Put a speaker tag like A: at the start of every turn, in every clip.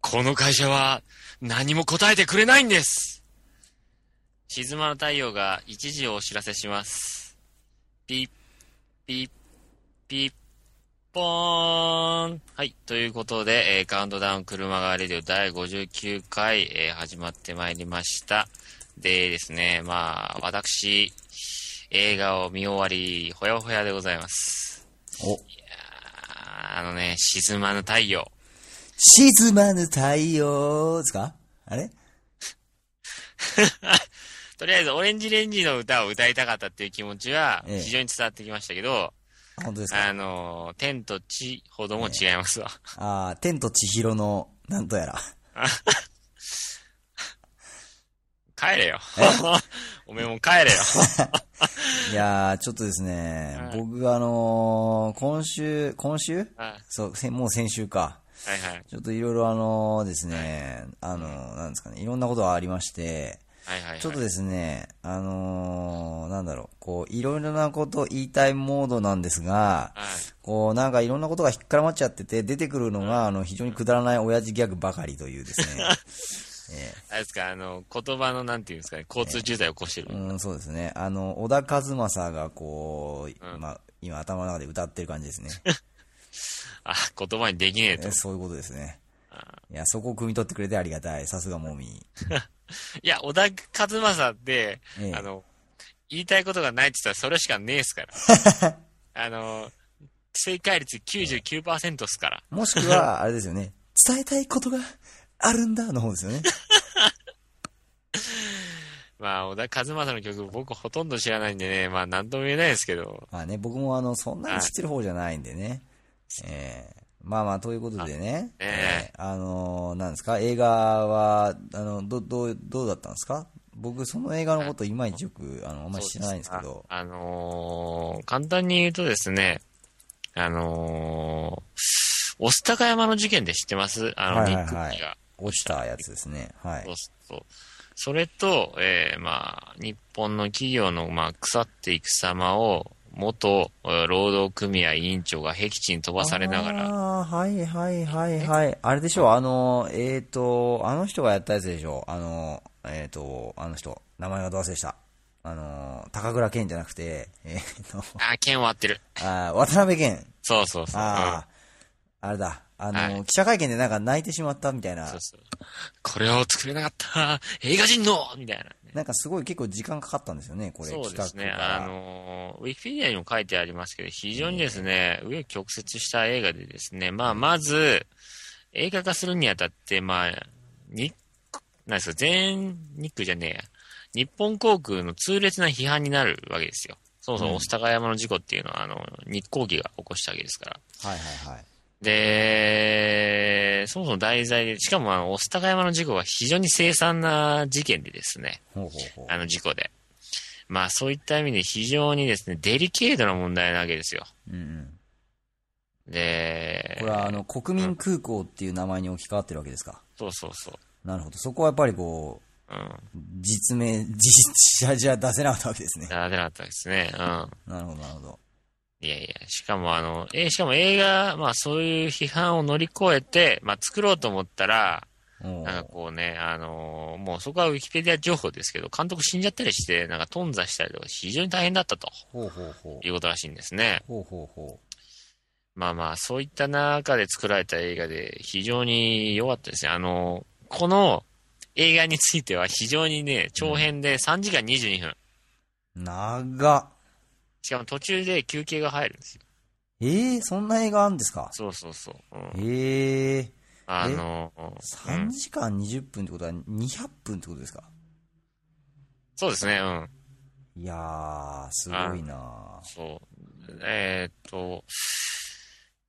A: この会社は何も答えてくれないんです。静まの太陽が一時をお知らせします。ピッ、ピッ、ピッ、ポーン。はい。ということで、えーカウントダウン車がレディオ第59回、えー始まってまいりました。でですね、まあ、私、映画を見終わり、ほやほやでございます。
B: お、
A: あーあのね、静まぬ太陽。
B: 沈まぬ太陽ですかあれ
A: とりあえず、オレンジレンジの歌を歌いたかったっていう気持ちは、
B: ええ
A: 非常に伝わってきましたけど、
B: 本当です
A: あ
B: か
A: のー、天と地ほども違いますわ。
B: ああ、天と千尋の、なんとやら。
A: 帰れよ。 おめえも帰れよ。
B: いやー、ちょっとですね、
A: はい
B: 僕があのー、今週、今週
A: あ
B: そう、せもう先週か。
A: はいはい。
B: ちょっといろいろあのーですね、あのー、なんですかね、いろんなことがありまして、
A: はいはい、はい。
B: ちょっとですね、あのー、なんだろう、こう、いろいろなことを言いたいモードなんですが、
A: はい。
B: こう、なんかいろんなことがひっからまっちゃってて、出てくるのが、あの、非常にくだらない親父ギャグばかりというですね。
A: あれですか、あの、言葉のなんていうんですかね、交通渋滞を起こしてる。
B: うん、そうですね。あの、小田和正が、こう、まあ、今頭の中で歌ってる感じですね。
A: あ、言葉にできねえと
B: え。そういうことですね。いや、そこを汲み取ってくれてありがたい。さすがモミ
A: いや、小田和正って、
B: ええ
A: あの、言いたいことがないって言ったらそれしかねえっすから。 あの、正解率99%っすから。
B: もしくは、あれですよね。伝えたいことがあるんだ、の方ですよね。
A: まあ、小田和正の曲僕ほとんど知らないんでね、まあ何とも言えないですけど。
B: まあね、僕もあの、そんなに知ってる方じゃないんでね。ええまあまあ、ということでね。
A: ええ
B: えあのーなんですか、映画は、あの、ど、どう、どうだったんですか僕、その映画のこと、いまいちよく、あの、あんまり知らないんですけど。
A: ああのー簡単に言うとですね、あのー、御巣鷹山の事件で知ってますあの、
B: はい
A: ニ
B: はい
A: ック・
B: はい
A: ピーが。
B: 落ちたやつですね。はい
A: そう。そう。それと、えーまあ、日本の企業の、まあ、腐っていく様を、元えー労働組合委員長が僻地に飛ばされながら、
B: ああ、はいはいはいはい。あれでしょう、あの、えっ、と、あの人がやったやつでしょう。あの、えっ、と、あの人、名前がど忘れした。あの、高倉健じゃなくて、えっ、と、
A: ああ、剣を割ってる。
B: あー渡辺健。
A: そうそうそう。
B: ああ、あれだ。あの、
A: はい
B: 記者会見でなんか泣いてしまったみたい
A: うん
B: な
A: そう、そう。これを作れなかった、映画人のみたいな。
B: なんかすごい結構時間かかったんですよね、これ、
A: そう
B: 企
A: で
B: 画
A: すね。
B: から
A: あのー、ウィキペディアにも書いてありますけど、非常にですね、紆余曲折した映画でですね、まあ、まず、映画化するにあたって、まあ、に、なんですか、全日空じゃねえや。日本航空の痛烈な批判になるわけですよ。そもそも、御巣鷹山の事故っていうのは、あの、日航機が起こしたわけですから。
B: はいはいはい。
A: で、そもそも題材で、しかも、あの、御巣鷹山の事故は非常に凄惨な事件でですね、
B: ほうほうほ
A: あの事故で。まあそういった意味で非常にですね、デリケートな問題なわけですよ。
B: う。うんうん。
A: で
B: これ、はあの、国民空港っていう名前に置き換わってるわけですか。
A: そうそうそう。
B: なるほど。そこはやっぱりこう、
A: うん。
B: 実名、実写じゃ出せなかったわけですね。
A: ならなかったですね。うん。
B: なるほど、なるほど。
A: いやいや、しかもあの、え、しかも映画、まあそういう批判を乗り越えて、まあ作ろうと思ったら、
B: おう
A: なんかこうね、あのーもうそこはウィキペディア情報ですけど、監督死んじゃったりして、なんか頓挫したりとか、非常に大変だったと
B: ほうほうほう
A: い。うことらしいんですね。
B: ほうほうほ
A: まあまあ、そういった中で作られた映画で非常に良かったですね。あの、この映画については非常にね、長編で3時間22分。
B: う。長っ。
A: しかも途中で休憩が入るんですよ。
B: ええー、そんな映画あるんですか
A: そうそうそう。うん、
B: ええー、
A: あの、う
B: 3
A: ん
B: 時間20分ってことは200分ってことですか
A: そうですね、うん。
B: いやー、すごいな
A: そう。えーっと、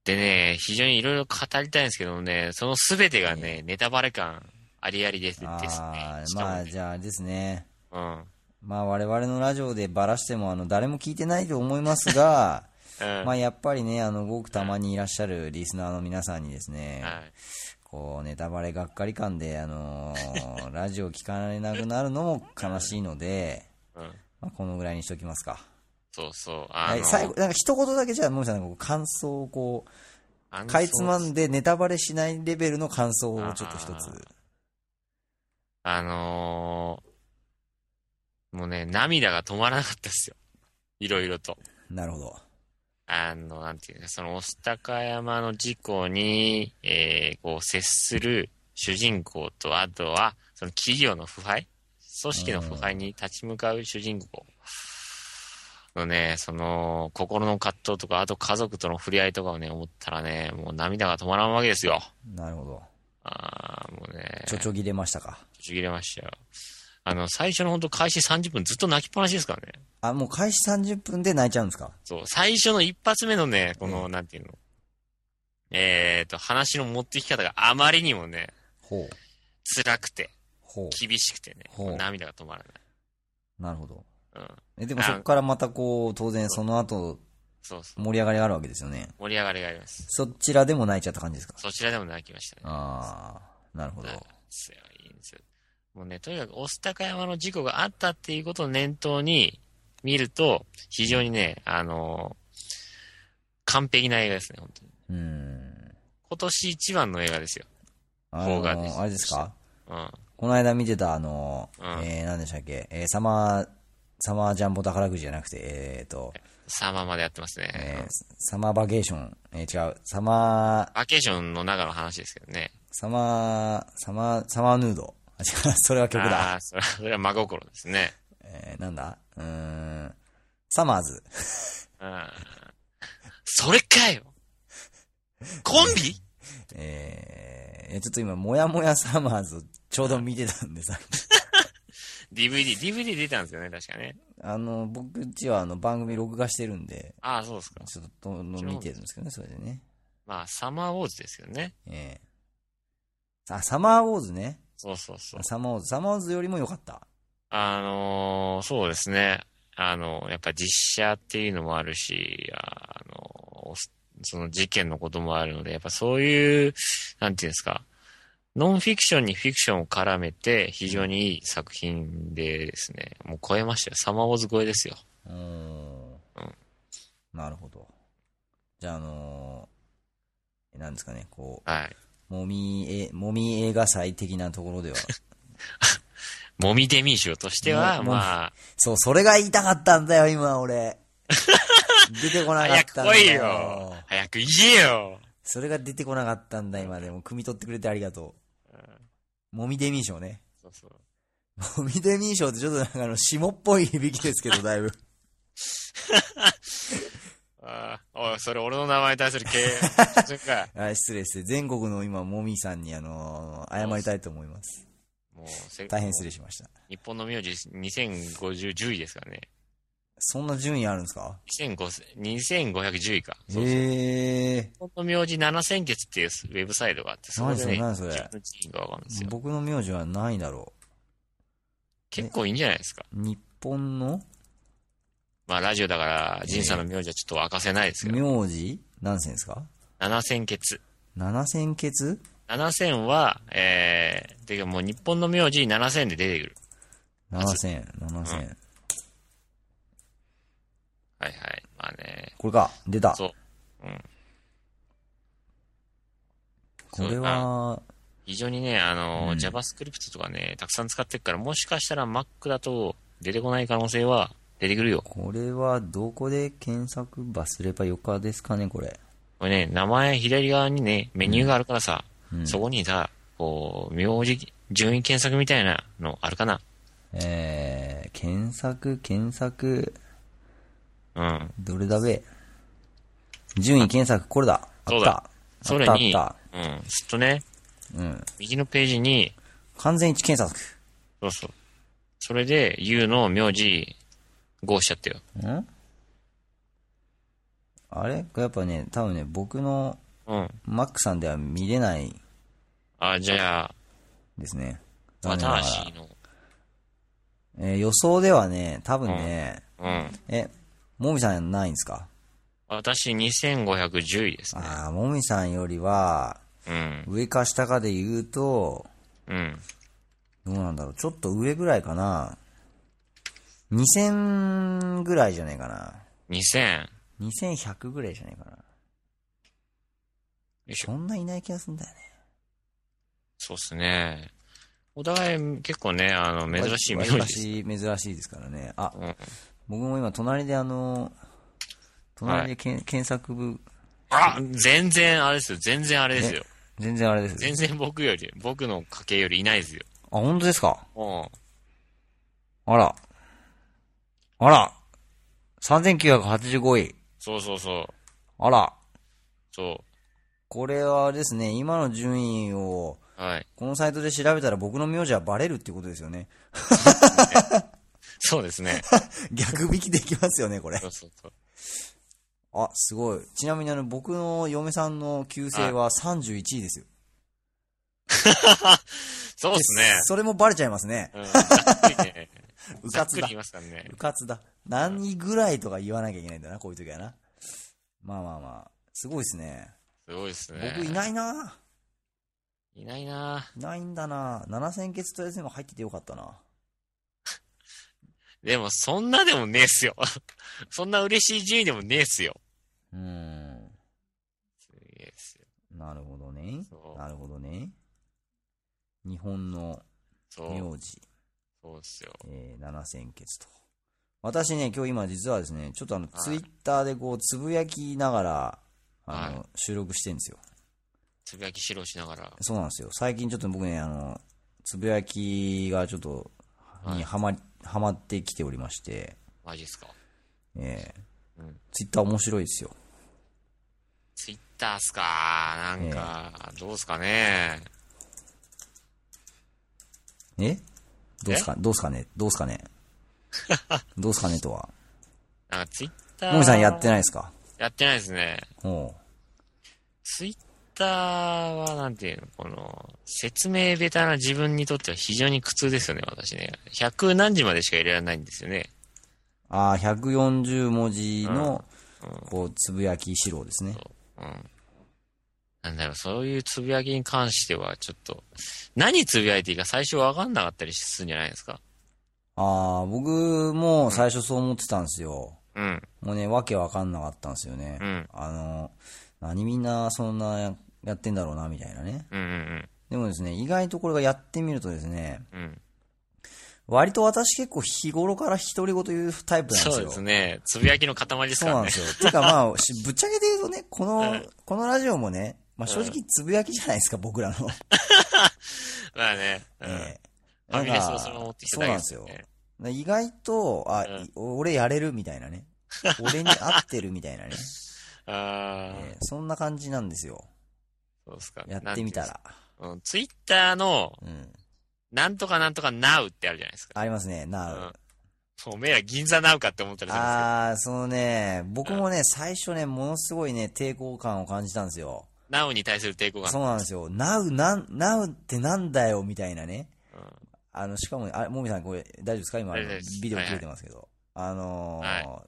A: でね、非常にいろいろ語りたいんですけどもね、その全てがね、ネタバレ感ありありです
B: あ
A: ですね。
B: ー
A: し
B: ま
A: か
B: あ
A: もね
B: じゃあですね。
A: うん
B: まあ我々のラジオでバラしてもあの誰も聞いてないと思いますが、
A: うん。
B: まあやっぱりね、あのごくたまにいらっしゃるリスナーの皆さんにですね、
A: はい
B: こうネタバレがっかり感で、あの ーラジオ聞かれなくなるのも悲しいので、
A: うん。
B: まあこのぐらいにしときますか。
A: そうそう。あ
B: は
A: の、
B: い、最後、なんか一言だけじゃあ、もみさん、こう感想をこう、
A: 暗
B: かいつま
A: 想
B: んでネタバレしないレベルの感想をちょっと一つ。
A: あのー、もうね、涙が止まらなかったですよ。いろいろと。
B: なるほど。
A: あの、なんていうか、その、御巣鷹山の事故に、えー、こう、接する主人公と、あとは、その企業の腐敗組織の腐敗に立ち向かう主人公のね、その、心の葛藤とか、あと家族との触れ合いとかをね、思ったらね、もう涙が止まらんわけですよ。
B: なるほど。
A: あーもうね、
B: ちょちょぎれましたか。
A: ちぎれましたよ。あの、最初の本当開始30分ずっと泣きっぱなしですからね。
B: あ、もう開始30分で泣いちゃうんですか
A: そう、最初の一発目のね、この、なんていうの。えーと、話の持っていき方があまりにもね、
B: ほう。
A: 辛くて、
B: ほ
A: 厳しくてね、
B: ほう
A: 涙が止まらない。
B: う。なるほど。
A: うん。
B: え、でもそこからまたこう、当然その後、
A: そうそう。
B: 盛り上がりがあるわけですよね。
A: 盛り上がりがあります。
B: そちらでも泣いちゃった感じですか
A: そちらでも泣きましたね。
B: ああ、なるほど。
A: 強いいんですよ。もうね、とにかく、御巣鷹山の事故があったっていうことを念頭に見ると、非常にね、あのー完璧な映画ですね、本当に。
B: うん。
A: 今年一番の映画ですよ。
B: あの
A: 方がです
B: ー、あれですか
A: うん。
B: この間見てた、あのー、
A: うん
B: えー、何でしたっけえー、サマー、サマージャンボ宝くじじゃなくて、えーと、
A: サマーまでやってますね。
B: え
A: う
B: ー
A: ん、
B: サマーバケーション、えー、違う、サマー、
A: バケーションの中の話ですけどね。
B: サマー、サマー、サマーヌード。あ、違う、 それは曲だ。
A: ああ、それは それは真心ですね。
B: えー、なんだうーん、サマーズ。
A: うん。それかよコンビ
B: えー、いやちょっと今、もやもやサマーズをちょうど見てたんで さ、
A: ?DVD、DVD 出たんですよね、確かね。
B: あの、僕んちはあの番組録画してるんで、
A: ああ、そうですか。
B: ちょっとの見てるんですけどね、それでね。
A: まあ、サマーウォーズですよね。
B: えー、あ、サマーウォーズね。
A: そうそうそう。
B: サマーウォーズ。サマーウォーズよりも良かった。
A: あのーそうですね。あのやっぱ実写っていうのもあるし、あのその事件のこともあるので、やっぱそういう、なんていうんですか、ノンフィクションにフィクションを絡めて、非常にいい作品でですね、もう超えましたよ。サマーウォーズ超えですよ。
B: うーん。なるほど。じゃあ、あのー、なんですかね、こ
A: はい。
B: う、もみ、え、もみ映画祭的なとこ ろでは。
A: モミデミー賞としては、
B: も
A: ま
B: そう、それが言いたかったんだよ、今、 俺。出てこ
A: あ、
B: なかっ
A: 早く
B: たん
A: 来い
B: だ
A: よ早く言えよ
B: それが出てこなかったんだ、今。でも、汲み取ってくれてありがとう。もみデミー賞ね。
A: そうそう
B: もみデミー賞ってちょっとなんかあの、霜っぽい響きですけど、だいぶ。
A: あーおい、それ俺の名前に対する 敬遠それか
B: あ失礼して、全国の今、もみさんに、あのー謝りたいと思います。
A: もうせ、
B: 大変失礼しました。
A: 日本の名字2050、10位ですからね。
B: そんな順位あるんですか
A: 2500 2510位か。そうそう
B: へえ。
A: 日本の名字7000決っていうウェブサイトがあって、そこでね、
B: 何それ何そ
A: 自分の
B: れ
A: 順位がわかるんですよ。
B: 僕の名字はないだろ
A: 結構いいんじゃないですか。
B: う。日本の
A: まあ、ラジオだから、ジンさんの名字はちょっと明かせないですけど、
B: 名字何千ですか
A: 7000決。
B: 七千欠
A: 7000は、えー、てかもう日本の名字7000で出てくる。
B: 七千、七千。
A: はいはい。まあね、
B: これか、出た。
A: そう。
B: これは、
A: 非常にね、あの、
B: うん
A: JavaScript とかね、たくさん使ってるから、もしかしたら Mac だと出てこない可能性は出てくるよ。
B: これはどこで検索ばすればよかですかね、これ。
A: これね、名前左側にね、メニューがあるからさ、
B: うん
A: そこにさ、こう、名字、順位検索みたいなのあるかな
B: えー、検索、検索、
A: うん。
B: どれだべ。順位検索、これだ。あ
A: そう
B: っ
A: だ
B: た。
A: それ
B: あっ
A: に、うん、ち
B: た
A: ょ
B: あっ
A: っとね、
B: た。うん。
A: 右のページに、
B: 完全一致検索。
A: そうそう。それで、U の名字、5しちゃったよ。
B: んあれやっぱね、多分ね、僕の
A: うん。
B: マックさんでは見れない
A: あ、じゃあ、
B: ですね。残念ながら
A: 私の、
B: えー予想ではね、多分ね、
A: うん。
B: え、もみさんないんですか
A: 私2510位ですね。
B: ああ、もみさんよりは、
A: うん。
B: 上か下かで言うと、
A: うん。
B: どうなんだろう、ちょっと上ぐらいかな。2000ぐらいじゃないかな。
A: 2000。
B: 2100ぐらいじゃないかな。
A: よいしょ
B: そ。んないない気がするんだよね。
A: そうっすね。お互い結構ね、あの、珍しい名字
B: 珍
A: です。
B: しい、珍しいですからね。あ、
A: うん
B: 僕も今、隣であの、隣でけん、検索部、
A: あ全然あれですよ。全然あれですよ。
B: 全然あれです。あ、
A: 全然僕より、僕の家系よりいないですよ。
B: 本当ですか
A: うん。
B: あら。あら。3985位。
A: そうそうそう。
B: あら。
A: そ
B: これはですね、今の順位を、
A: う。はい。
B: このサイトで調べたら僕の名字はバレるっていうことです よね。
A: そうですね。
B: 逆引きできますよね、これ
A: そ。うそうそう。
B: あ、すごい。ちなみにあの、僕の嫁さんの旧姓は31位ですよ。
A: そうっすね。
B: それもバレちゃいますね。
A: うん。ざっくりね。
B: う
A: ざ
B: か
A: っ
B: つ
A: くり
B: だ
A: 言い。ますからね
B: う。かつだ。何位ぐらいとか言わなきゃいけないんだな、こういう時はな。まあまあまあ。すごいですね。
A: すごいですね。
B: 僕いないな。
A: いないない
B: ないんだな。7000ケツとやつにも入っててよかったな。
A: でも、そんなでもねえっすよ。 そんな嬉しい順位でもねえっすよ。
B: うーん。
A: すげえっすよ。
B: なるほどね
A: そ。う
B: なるほどね。日本の
A: そう。
B: 名字、
A: そうっすよ。
B: えー、7000ケツと。私ね、今日今実はですね、ちょっとあの、ツイッターでこう、つぶやきながら、あの、収録してんですよ。
A: つぶやき指導しながら。
B: そうなんですよ。最近ちょっと僕ね、あの、つぶやきがちょっと、にはまり、はまってきておりまして、
A: マジっすか。
B: ええ
A: うん
B: ツイッター面白いですよ。
A: ツイッターっすかなんか、どうっすかね
B: えどうすか、どうすかねどうすか ねどうすかねとは。
A: なんかツイッター。
B: もみさんやってないですか
A: やってないですね。
B: おう
A: ツイッターは、なんていうの、この、説明下手な自分にとっては非常に苦痛ですよね、私ね。100何時までしか入れられないんですよね。
B: ああ、140文字の、こう、つぶやき指導ですね。
A: うん。なんだろう、そういうつぶやきに関しては、ちょっと、何つぶやいていいか最初わかんなかったりするんじゃないですか。
B: ああ、僕も最初そう思ってたんですよ。
A: うん。
B: もうね、わけわかんなかったんですよね。
A: うん
B: あの、何みんなそんなややってんだろうな、みたいなね。
A: うんうん
B: でもですね、意外とこれがやってみるとですね、
A: うん。うん。
B: 割と私結構日頃から独り言言うタイプなんですよ。
A: そうですね。つぶやきの塊です
B: そう
A: から
B: なんで
A: ね。
B: すよ。てか まあ、しぶっちゃけて言うとね、この、
A: うん
B: このラジオもね、まあ正直つぶやきじゃないですか、僕ら の。
A: まあね。うん。
B: ええ
A: ファミレスをそのまま持ってきただけです
B: そう
A: よ
B: なん
A: ね
B: ですよ。だから意外と、あ、
A: うん
B: い俺やれるみたいなね。俺に合ってるみたいなね。
A: ああ、
B: ええそんな感じなんですよ。
A: そうですか。
B: やってみた
A: なんい
B: ら。
A: うんですか。ツイッターの、
B: うん。
A: なんとかなんとか Now ってあるじゃないですか。
B: ありますね、な
A: うん。おめえら銀座 Now かって思ったりするんです
B: あー、そのね、僕もね、最初ね、ものすごいね、抵抗感を感じたんですよ。
A: けど、Now に対する抵抗
B: そ
A: 感。
B: うなんですよ。なう、なん、なうってなんだよ、みたいなね。
A: うん
B: あの、しかも、あ、もみさん、これ、大丈夫ですか今、あ
A: 大
B: の
A: 丈夫です
B: ビデオ切れてますけど。あのー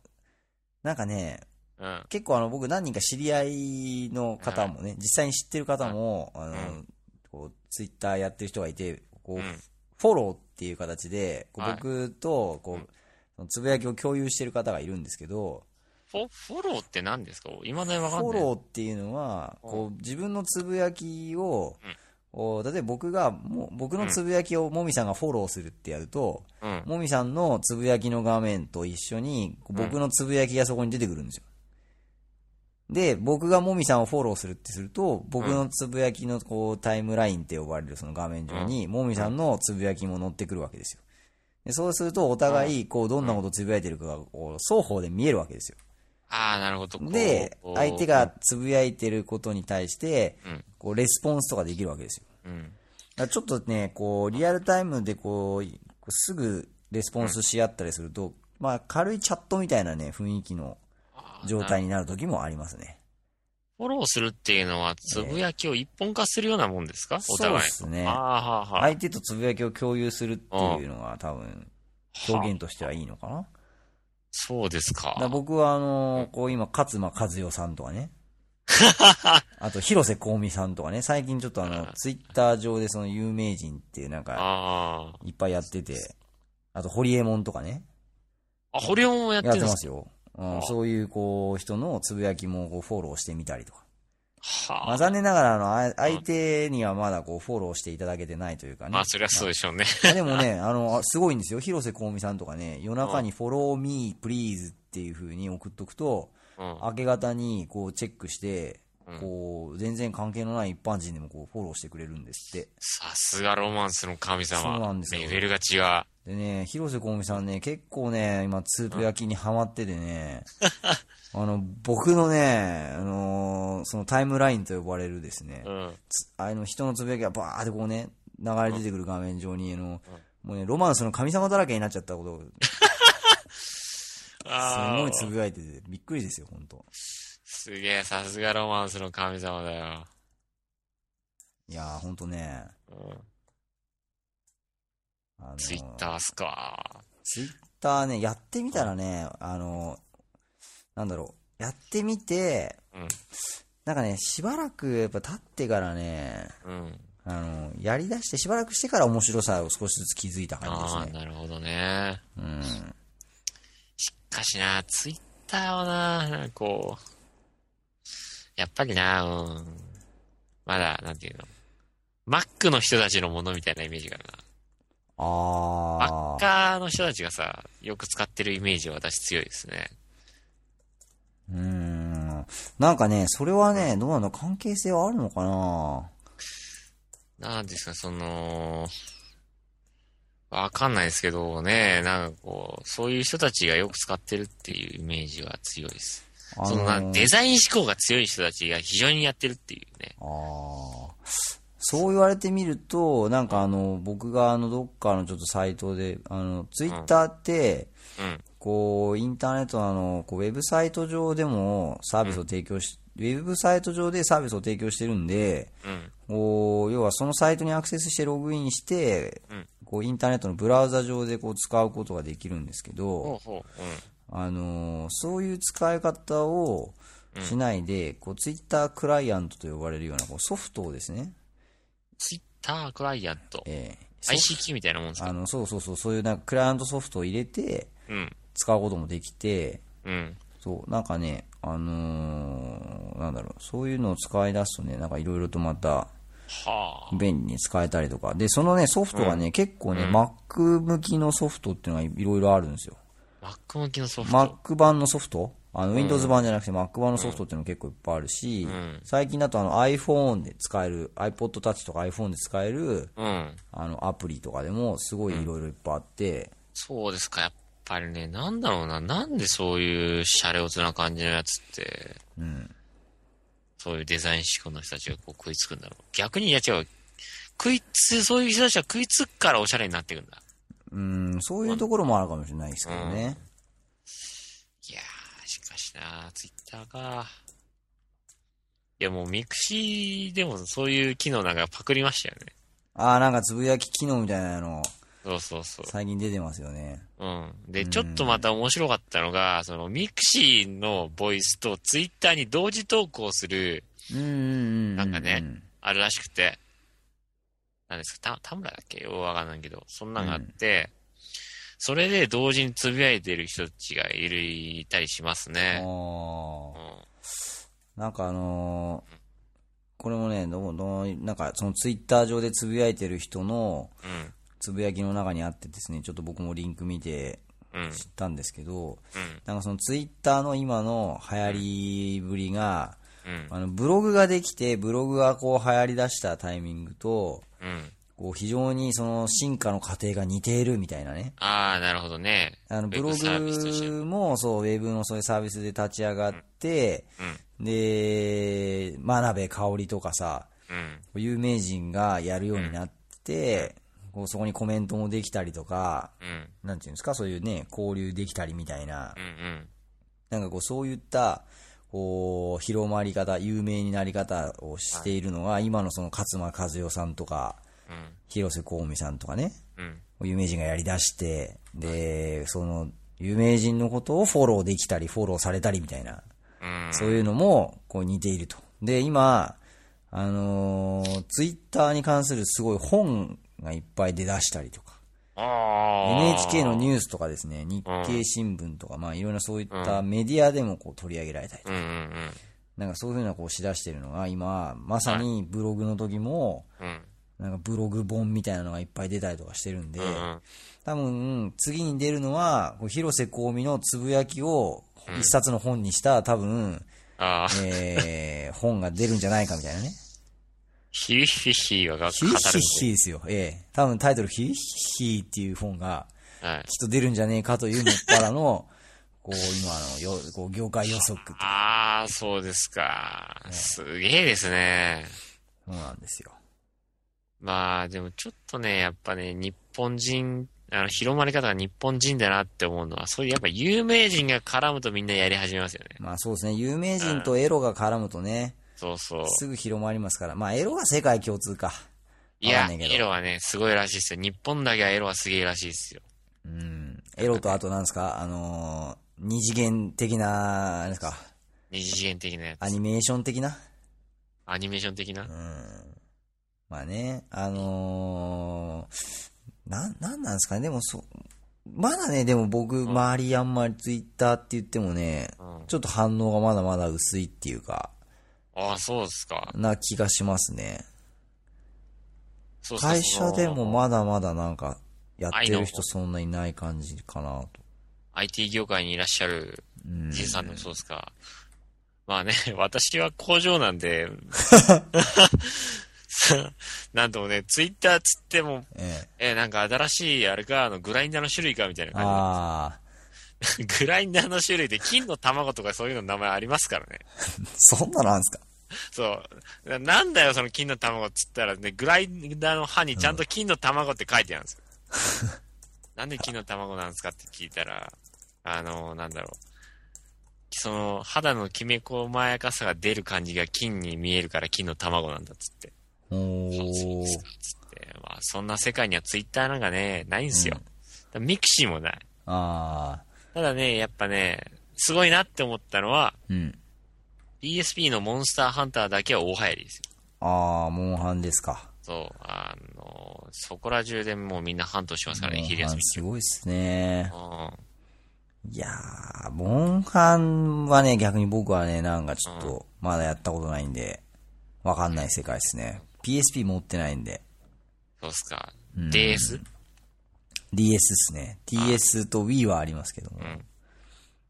B: なんかね、
A: うん。
B: 結構あの、僕何人か知り合いの方もね、実際に知ってる方も、あの
A: う
B: こう、ツイッターやってる人がいて、こう、
A: うん
B: フォローっていう形で、こう
A: はい
B: 僕と、こう、そのつぶやきを共有してる方がいるんですけど、
A: フォ、フォローって何ですか今だにわかん
B: フォ
A: ない。
B: ローっていうのは、こう、自分のつぶやきを
A: うん、
B: こう例えば僕が、もう僕のつぶやきをもみさんがフォローするってやると、
A: うん。
B: もみさんのつぶやきの画面と一緒に、こう
A: うん
B: 僕のつぶやきがそこに出てくるんですよ。で、僕がもみさんをフォローするってすると、僕のつぶやきのこうタイムラインって呼ばれるその画面上に、もみさんのつぶやきも載ってくるわけですよ。でそうすると、お互い、こう、どんなことつぶやいてるかが、こう、双方で見えるわけですよ。
A: ああ、なるほど。こう
B: で、
A: こう
B: 相手がつぶやいてることに対して
A: うん、
B: こう、レスポンスとかできるわけですよ。
A: うん。
B: だからちょっとね、こう、リアルタイムでこう、すぐレスポンスし合ったりすると、まあ、軽いチャットみたいなね、雰囲気の
A: あー
B: 状態になる時もありますね。
A: フォローするっていうのは、つぶやきを一本化するようなもんですか、お
B: そう
A: 互い。
B: ですね
A: あ。あ、はあ、はあ。
B: 相手とつぶやきを共有するっていうのが多分、表現としてはいいのかな。だ
A: そうですか。
B: から僕はあの、こう今、勝間和代さんと かね。あと、広瀬香美さんとかね、最近ちょっとあの、ツイッター上でその有名人っていうなんか、
A: あ
B: いっぱいやってて、あと、ホリエモンとかね。
A: あ。あ、ホリオンもやって
B: や
A: る
B: っ
A: んで
B: て
A: す
B: ま
A: か
B: すよ。うん、そういう、こう、人のつぶやきもこうフォローしてみたりとか。
A: は
B: まあ、
A: あ。
B: 残念ながら、あのあ、相手にはまだこう、フォローしていただけてないというかね。
A: まあ、そりゃそうでしょうね。
B: まあでもね、あの、あすごいんですよ。広瀬香美さんとかね、夜中にフォローミープリーズっていう風に送っとくと、
A: うん。
B: 明け方にこうチェックして
A: うん、
B: こう、全然関係のない一般人でもこう、フォローしてくれるんですって。
A: さすがロマンスの神様。
B: そうなんですよ
A: レベルが違う。
B: でね、広瀬香美さんね、結構ね、今、スープ焼きにハマっててね、あの、僕のね、あのーそのタイムラインと呼ばれるですね、
A: うん。
B: つあの人のつぶやきがバーってこうね、流れ出てくる画面上に、あの、もうね、ロマンスの神様だらけになっちゃったことを、す
A: あ
B: ご
A: あ
B: い。つぶやいてて、びっくりですよ、本当
A: すげえ、さすがロマンスの神様だよ。
B: いやー、本当ね、
A: うん。
B: あの
A: ツイッターっすか。
B: ツイッターね、やってみたらね、あの、なんだろう、やってみて、
A: うん
B: なんかね、しばらくやっぱ経ってからね、
A: うん。
B: あの、やり出してしばらくしてから面白さを少しずつ気づいた感じです
A: ああ、
B: ね。
A: なるほどね。
B: うん。
A: しかしな、ツイッターはな、なんかこう、やっぱりな、うん。まだ、なんていうの。Mac の人たちのものみたいなイメージがあるな。
B: ああ。
A: Mac の人たちがさ、よく使ってるイメージは私強いですね。
B: うーん。なんかね、それはね、どうなの関係性はあるのかな
A: なんですか、その、わかんないですけどね、なんかこう、そういう人たちがよく使ってるっていうイメージが強いです。
B: あの
A: そのなんデザイン思考が強い人たちが非常にやってるっていうね。
B: あーそう言われてみると、なんかあの、僕があの、どっかのちょっとサイトで、あの、ツイッターって、
A: うん。
B: こう、インターネットのあのこうウェブサイト上でもサービスを提供し、ウェブサイト上でサービスを提供してるんで、
A: うん。
B: こう要はそのサイトにアクセスしてログインして、
A: うん
B: こうインターネットのブラウザ上でこう使うことができるんですけ
A: ほ
B: ど、
A: うほう。うん。
B: あのーそういう使い方をしないで、こうツイッタークライアントと呼ばれるようなこうソフトをですね、
A: ツイッタークライアント。
B: ええソフ
A: IC キーみたいなもんですか
B: あのそうそうそうそういうなんかクライアントソフトを入れて
A: うん。
B: 使うこともできて
A: うん。
B: そう、なんかね、あのーなんだろう、そういうのを使い出すとね、なんかいろいろとまた
A: はあ。
B: 便利に使えたりとか、で、そのね、ソフトがね、結構ね、Mac 向きのソフトっていうのがいろいろあるんですよ。
A: Mac 向きのソフト。
B: Mac 版のソフトあの、Windows 版じゃなくて Mac 版のソフトっていうの結構いっぱいあるし、
A: ん
B: 最近だとあの iPhone で使える、iPod Touch とか iPhone で使える、
A: うん。
B: あの、アプリとかでもすごいいろいろいっぱいあって、
A: そうですか、やっぱりね、なんだろうな、なんでそういうシャレオツな感じのやつって、
B: ん
A: そういうデザイン思考の人たちがこう食いつくんだろう。逆に、いや違う、食いつ、そういう人たちは食いつくからおしゃれになっていくんだ。
B: うん、そういうところもあるかもしれないですけどね。
A: いやー、しかしな、ツイッターか。いやもうミクシーでもそういう機能なんかパクりましたよね。
B: ああ、なんかつぶやき機能みたいなの、
A: そうそうそう。
B: 最近出てますよね。
A: うん。で、ちょっとまた面白かったのが、その、ミクシーのボイスとツイッターに同時投稿する、
B: うんうんうん。
A: なんかね。あるらしくて、なんですか、た、田村だっけようわかんないけど、そんなんがあって、それで同時につぶやいてる人たちがいる、いたりします
B: あ
A: ね。
B: ー
A: うん。
B: なんかあのーこれもね、どうもどうもなんかそのツイッター上でつぶやいてる人の
A: うん。
B: つぶやきの中にあってですね、ちょっと僕もリンク見て
A: うん。
B: 知ったんですけ
A: う
B: ど、
A: ん。
B: なんかそのツイッターの今の流行りぶりが、
A: うん。
B: あのブログができて、ブログがこう流行り出したタイミングと、
A: うん。
B: こう非常にその進化の過程が似ているみたいなね。
A: ああ、なるほどね。
B: あの
A: ウ
B: ブ
A: ェ
B: ロ
A: ブサービスとして
B: グもそうウェブのそういうサービスで立ち上がって、で真鍋かおりとかさ
A: うん。
B: 有名人がやるようになって、こうそこにコメントもできたりとか
A: うん。
B: なんていうんですかそういうね交流できたりみたいな
A: うん。うん。
B: なんかこうそういったこう広まり方有名になり方をしているのが今のその勝間和代さんとか
A: うん。
B: 広瀬香美さんとかね
A: うん。
B: 有名人がやりだして、で、その、有名人のことをフォローできたり、フォローされたりみたいな、
A: うん。
B: そういうのも、こう似ていると。で、今、あのーツイッターに関するすごい本がいっぱい出だしたりとか、
A: ああ。
B: NHK のニュースとかですね、日経新聞とか、まあいろんなそういったメディアでもこう取り上げられたりと
A: うんうんうん。
B: なんかそういうふうなこうしだしてるのが、今、まさにブログの時も、
A: うん。
B: なんかブログ本みたいなのがいっぱい出たりとかしてるんで、
A: うんうん。
B: 多分、次に出るのは、こう広瀬香美のつぶやきを一冊の本にした、多分、
A: ああ、
B: えー、本が出るんじゃないかみたいなね。
A: ヒーヒーヒーはが語
B: ヒ
A: る
B: ッ
A: んで
B: ヒッヒーですよ。ええ多分タイトルヒッヒーっていう本が、
A: はい。
B: きっと出るんじゃねえかというもっぱらの、 こう、今の、よ、こう、業界予測と。
A: ああ、そうですか。すげえですね。
B: そうなんですよ。
A: まあ、でもちょっとね、やっぱね、日本人、あの、広まり方が日本人だなって思うのは、そういうやっぱ有名人が絡むとみんなやり始めますよね。
B: まあそうですね、有名人とエロが絡むとね、
A: そうそう。
B: すぐ広まりますから。まあエロは世界共通か。
A: い
B: わか
A: や、
B: んないけど
A: エロはね、すごいらしいですよ。日本だけはエロはすげえらしいですよ。
B: うん。エロとあとなんですか、あのー二次元的な、あれですか、
A: 二次元的なやつ。
B: アニメーション的な。
A: アニメーション的な
B: う。ん。まあね、あのー、なん、なんなんですかね、でもそう、まだね、でも僕、周りあんまりツイッターって言ってもね、
A: うん
B: ちょっと反応がまだまだ薄いっていうか、
A: ああ、そうですか。
B: な気がしますね。
A: そうそうそう
B: 会社でもまだまだなんか、やってる
A: 愛
B: 人
A: の
B: そんないない感じかなと。
A: IT 業界にいらっしゃる
B: うん。
A: じいさんでもそうですか。まあね、 私は工場なん で、 なんともね、ツイッターつっても、
B: え え。
A: え、なんか新しい、あれか、あの、グラインダーの種類かみたいな感
B: ああ、
A: じ で。グラインダーの種類で金の卵とかそういうの名前ありますからね。
B: そんなのあるんですか
A: そう。ななんだよ、その金の卵っつったらね、グラインダーの歯にちゃんと金の卵って書いてあるんですよ。 なんで金の卵なんですかって聞いたら、あの、なんだろう。その、肌のきめ細やかさが出る感じが金に見えるから金の卵なんだっつって。
B: お
A: そう
B: ー
A: です。かっつって。まあ、そんな世界にはツイッターなんかね、ないんですよ。だからミクシーもない。
B: ああ、
A: ただね、やっぱね、すごいなって思ったのは、
B: うん。
A: ESP のモンスターハンターだけは大流行りですよ。
B: ああ、モンハンですか。
A: そう、あの、そこら中でもうみんなハントしますからね、
B: モン
A: 昼
B: ハ
A: 休
B: ン
A: み
B: す
A: 中。
B: ごいっすね。
A: うん。
B: いやー、モンハンはね、逆に僕はね、なんかちょっと、まだやったことないんで、わかんない世界ですね。PSP 持ってないんで、
A: そうっすか。DS?
B: DS ですね。DS と Wii はありますけども。
A: ん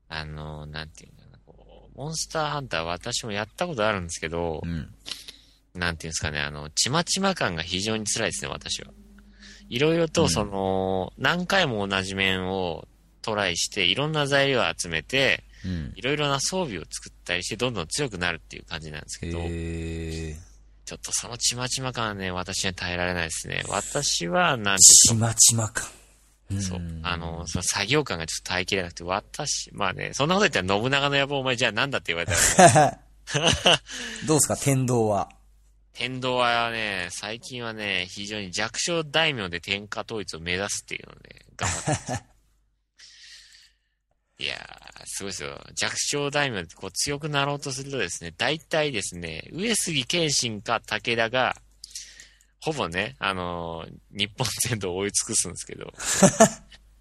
A: あの、なんていうんかな、こう、モンスターハンター私もやったことあるんですけど
B: う、ん。
A: なんていうんですかね、あの、ちまちま感が非常に辛いですね、私は。いろいろと、その、何回も同じ面をトライして、いろんな材料を集めて、
B: うん。
A: いろいろな装備を作ったりして、どんどん強くなるっていう感じなんですけど、
B: へー。
A: ちょっとそのちまちま感はね、私には耐えられないですね。私は、なんて
B: ちまちま感。
A: いうか、そう、あの、その作業感がちょっと耐えきれなくて、私、まあね、そんなこと言ったら信長の野望お前じゃあなんだって言われたら、
B: どうっすか、天童は。
A: 天道はね、最近はね、非常に弱小大名で天下統一を目指すっていうので、頑張ってます。いやー、すごいですよ。弱小大名でこう強くなろうとするとですね、大体ですね、上杉謙信か武田が、ほぼね、あのー日本全土を追い尽くすんですけど、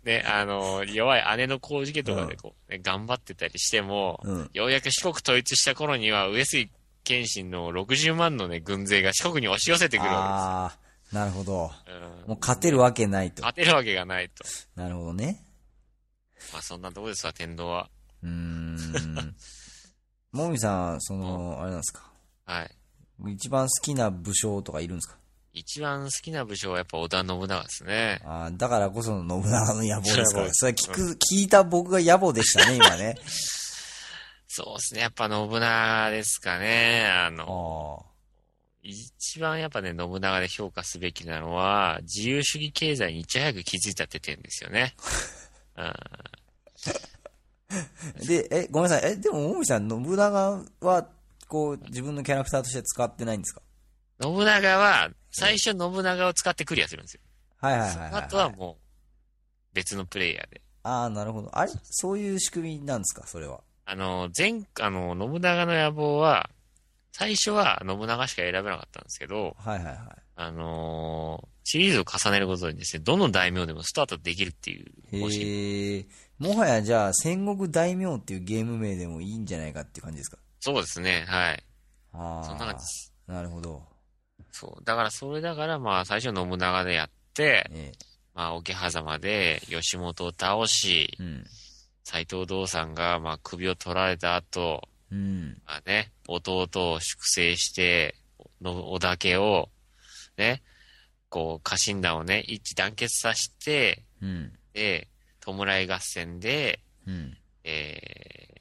A: ね、あのー弱い姉の工事家とかでこう、ね頑張ってたりしても、
B: うん。
A: ようやく四国統一した頃には、上杉謙信の60万のね、軍勢が四国に押し寄せてくるわ
B: あー、なるほど。
A: けです。うん
B: もう勝てるわけないと。
A: 勝てるわけがないと。
B: なるほどね。
A: まあそんなとこですわ、天童は。
B: うーん。 もみさん、その、あれなんですか。
A: はい。
B: 一番好きな武将とかいるんですか
A: 一番好きな武将はやっぱ織田信長ですね。
B: あーだからこその信長の野望です
A: 野
B: か
A: 望
B: ら。それ聞く、聞いた僕が野望でしたね、今ね。
A: そうですね、やっぱ信長ですかね。あ
B: あ
A: の、
B: ー
A: 一番やっぱね、信長で評価すべきなのは、自由主義経済にいち早く気づいたって点ですよね。うん、
B: で、え、ごめんなさい。え、でも、もみさん、信長は、こう、自分のキャラクターとして使ってないんですか
A: 信長は、最初信長を使ってクリアするんですよ。
B: はいはいはい
A: そ
B: はい、
A: の後はもう、別のプレイヤーで。
B: ああ、なるほど。あれそういう仕組みなんですかそれは。
A: あの、前、あの、信長の野望は、最初は信長しか選べなかったんですけど、
B: はいはいはい。
A: あのーシリーズを重ねることにですね、どの大名でもスタートできるっていう方式。
B: へえ。もはやじゃあ、戦国大名っていうゲーム名でもいいんじゃないかっていう感じですか
A: そうですね、はい。
B: あ
A: そんな感じで
B: あ、
A: す。
B: なるほど。
A: そう。だから、それだから、まあ、最初信長でやって、
B: え
A: まあ、桶狭間で吉本を倒し
B: え、、うん。
A: 斎藤道さんが、まあ、首を取られた後、
B: うん。
A: まあね、弟を粛清して、の、織田家を、ね、こう、家臣団をね、一致団結させて、
B: うん。
A: で、弔い合戦で、
B: うん。
A: えー、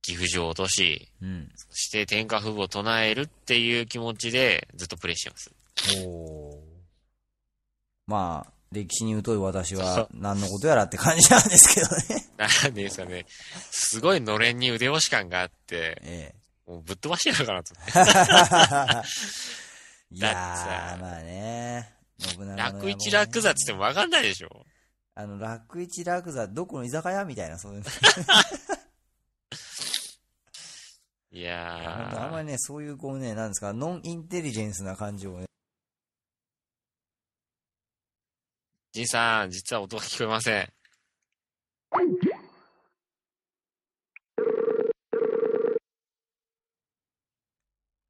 A: 岐阜城を落とし、
B: うん。
A: そして天下風部を唱えるっていう気持ちでずっとプレイしてます。
B: おーまあ、歴史に疎い私は、何のことやらって感じなんですけど ね。
A: なんでですかね、すごいのれんに腕押し感があって、
B: ええ。
A: もうぶっ飛ばしてやるかなと。
B: い
A: だっ
B: や
A: てさ
B: ー、まあね。信長の野望ね
A: 楽一楽座っつってもわかんないでしょ。
B: あの、楽一楽座、どこの居酒屋みたいな、そう いう。
A: いや
B: 本
A: ー。
B: 当あんまりね、そういうこうね、なんですか、ノンインテリジェンスな感じをね。
A: じいさん、実は音が聞こえません。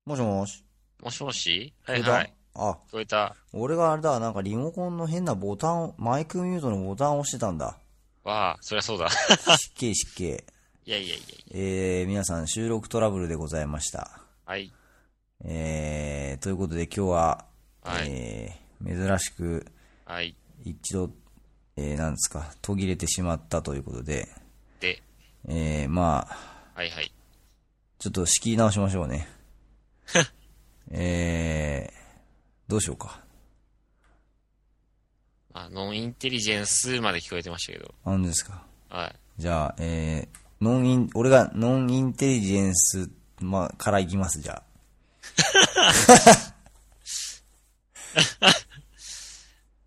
B: もしもし。
A: もしもし
B: 聞
A: はい
B: こえた
A: はい。
B: あ、
A: 聞こえた。
B: 俺があれだ、なんかリモコンの変なボタンを、マイクミュートのボタンを押してた んだ。
A: わあ、そりゃそうだ。
B: 失敬失敬。
A: いやいやいやいや。
B: えー、皆さん収録トラブルでございました。
A: はい。
B: えー、ということで今日は、
A: はい
B: えー、珍しく
A: はい。
B: 一度、えー、なんですか、途切れてしまったということで、
A: で、
B: えー、まあ、
A: はいはい。
B: ちょっと仕切り直しましょ うね。えー、どうしようか。
A: あの、インテリジェンスまで聞こえてましたけど。
B: あんですか。
A: はい。
B: じゃあ、えー、ノンイン、俺がノンインテリジェンス、まあ、からいきます、じゃあ。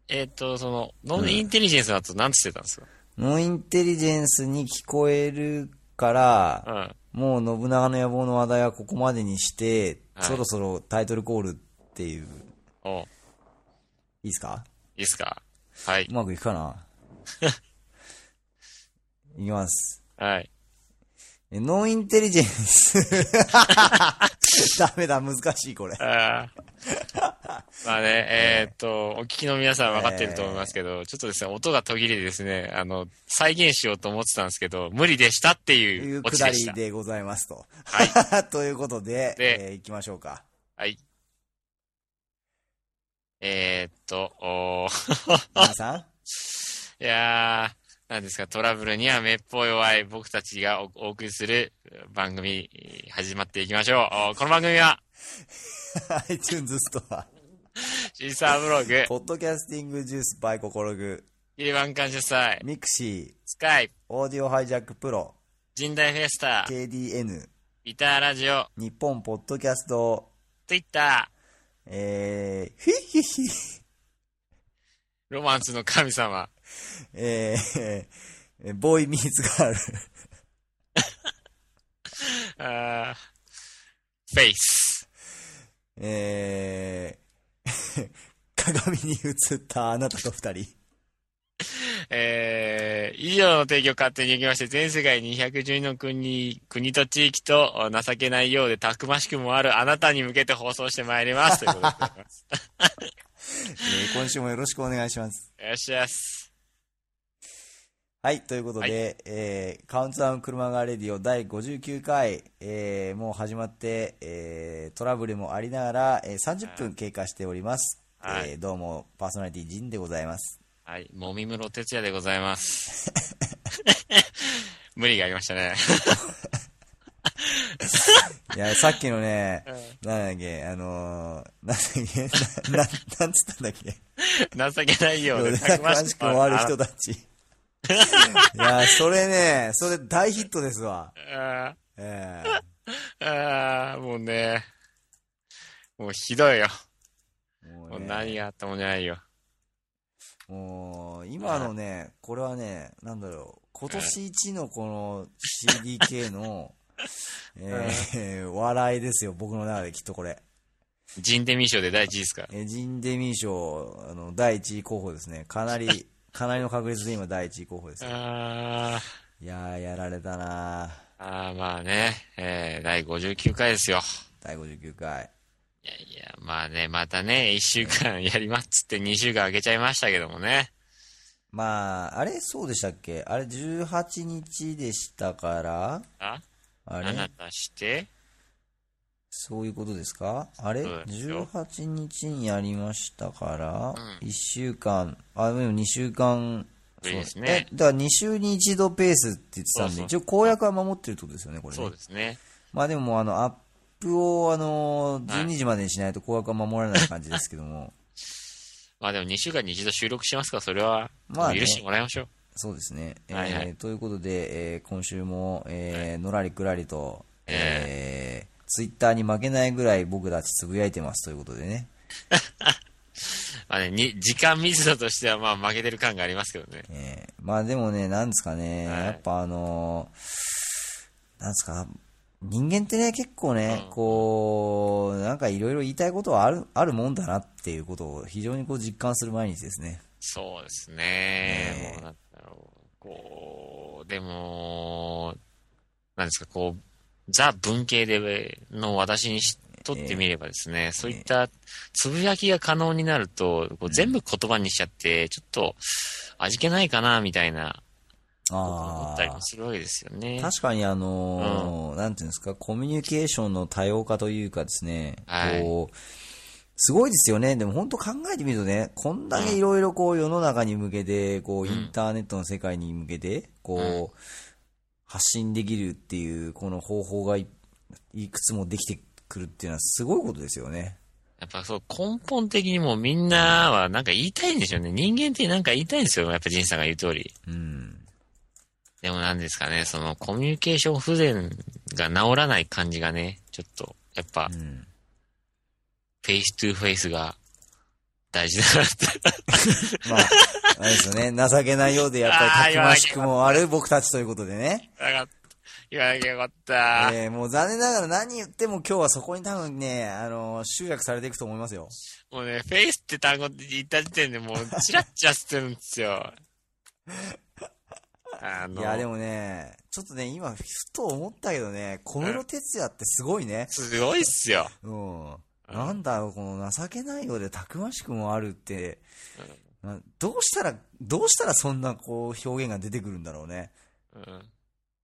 A: えっ、と、その、ノンインテリジェンスだと何つってたんですか
B: ノンインテリジェンスに聞こえるから、
A: うん。
B: もう信長の野望の話題はここまでにして、
A: はい
B: そろそろタイトルコールっていう、い
A: おい
B: いですか。
A: いですかはいう
B: まくいく かないきます。
A: はい。
B: えノンインテリジェンス。ダメだ、難しいこれ。
A: あーまあね、えっ、と、お聞きの皆さん分かってると思いますけど、ちょっとですね、音が途切れてですね、あの、再現しようと思ってたんですけど、無理でしたって
B: と
A: い
B: いうう
A: オ
B: く
A: チ
B: だ
A: でし
B: り
A: た。
B: でございますと。
A: はい。
B: ということで、
A: で
B: えー行きましょうか。
A: はい。えー、っと、おー
B: 皆さん、
A: いやー、なんですか、トラブルにはめっぽう弱い僕たちがおお送りする番組、えー始まっていきましょう。おこの番組は、
B: iTunes ストア、
A: シーサーブログ、
B: ポッドキャスティングジュースバイココログ、
A: ビリバン感謝祭、
B: ミクシー、
A: スカイプ、
B: オーディオハイジャックプロ、
A: 神代フェスタ、
B: KDN、
A: ギターラジオ、
B: 日本ポッドキャスト、
A: ツイッタ
B: えー、ひひひ、
A: ー、ロマンスの神様、
B: えー、えーボーイミーツガール、
A: あーフェイス、
B: えー、 鏡に映ったあなたと二人。
A: えー、以上の提供を勝手に行きまして、全世界212の国、国と地域とお情けないようでたくましくもあるあなたに向けて放送してまいります。ということでございます。
B: えー今週もよろしくお願いします。
A: よっしゃっす。
B: はい、ということで、えーカウントダウン車がレディオ第59回、えーもう始まって、えートラブルもありながら、えー30分経過しております。
A: はい
B: えーどうも、パーソナリティジンでございます。
A: はい、もみむろ哲也でございます。無理がありましたね。
B: いや、さっきのね、なんだっけ、あのー、なんだっけ、な、ななんつったんだっけ。
A: 情けないようでたくま
B: 詳
A: し
B: し
A: く
B: く
A: も
B: も
A: あ
B: あ
A: る
B: る
A: あ
B: 人たち。いや、それね、それ大ヒットですわ。
A: な
B: え
A: あーあー、もうね、もうひどいよ。
B: えも
A: もう
B: うね
A: 何があったもんじゃないよ。
B: もう、今のね、これはね、なんだろう、今年一のこの CDK の、えー、笑いですよ、僕の中できっとこれ。
A: ジンデミー賞で第一位ですから。
B: えージンデミー賞、あの、第一位候補ですね。かなり、かなりの確率で今第一位候補です。
A: あ
B: いやー、やられたなー
A: あ、ああ、まあね、えー、第59回ですよ。
B: 第59回。
A: いやいや、まあね、またね、1週間やりますっつって2週間空けちゃいましたけどもね。
B: まあ、あれそうでしたっけあれ18日でしたから、
A: あ
B: あ
A: あな
B: れ
A: たして
B: そういうことですかあれ
A: そうですよ
B: ?18 日にやりましたから、1週間、あ、でも2週間、
A: ぶりですね
B: そうえだから2週に1度ペースって言ってたんで、
A: そうそう
B: 一応公約は守ってるってことですよね、これね。
A: そうですね。
B: まあでももうあの、アップをあの、12時までにしないと公約は守らない感じですけども、
A: まあでも2週間に一度収録しますから、それは、
B: まあね
A: 許してもらいましょう。
B: そうですね。
A: はいはい
B: えーということで、えー今週も、えーのらりくらりと、えーツイッターに負けないぐらい僕たちつぶやいてますということでね。
A: まあね、に、時間密度としてはまあ負けてる感がありますけどね。
B: えーまあでもね、なんですかね、
A: はい
B: やっぱあのーなんですか、人間ってね、結構ね、こう、なんかいろいろ言いたいことはある、あるもんだなっていうことを非常にこう実感する毎日ですね。
A: そうですね。
B: ね
A: も
B: え
A: うなんだろう。こう、でも、なんですか、こう、ザ文系での私にしとってみればですね、そういったつぶやきが可能になると、こう全部言葉にしちゃって、ちょっと味気ないかな、みたいな、思
B: あ
A: ったりも
B: あ。
A: するわけですよね。
B: 確かにあのーなんていうんですか、コミュニケーションの多様化というかですね、
A: はい
B: こう、すごいですよね。でも本当考えてみるとね、こんだけいろいろこう世の中に向けて、こうインターネットの世界に向けて、こう、発信できるっていう、この方法がいいくつもできてくるっていうのはすごいことですよね。
A: やっぱそう、根本的にもうみんなはなんか言いたいんでしょうね。人間ってなんか言いたいんですよ。やっぱ仁さんが言う通り。
B: うん。
A: でもなんですかね、そのコミュニケーション不全が治らない感じがね、ちょっと、やっぱ
B: う、ん。
A: フェイストゥフェイスが大事だなって。
B: まあ、あれですよね、情けないようでやっぱりたくましくもある僕たちということでね。
A: わかった。言わなきゃよか った。
B: えーもう残念ながら何言っても今日はそこに多分ね、あのー集約されていくと思いますよ。
A: もうね、フェイスって単語って言った時点でもう、チラッチラしてるんですよ。あ
B: い
A: の、
B: や、でもね、ちょっとね、今、ふと思ったけどね、小室哲也ってすごいね。
A: すごいっすよ。
B: うん。なんだろう、この情けないようでたくましくもあるって、などうしたら、どうしたらそんなこう表現が出てくるんだろうね。
A: うん。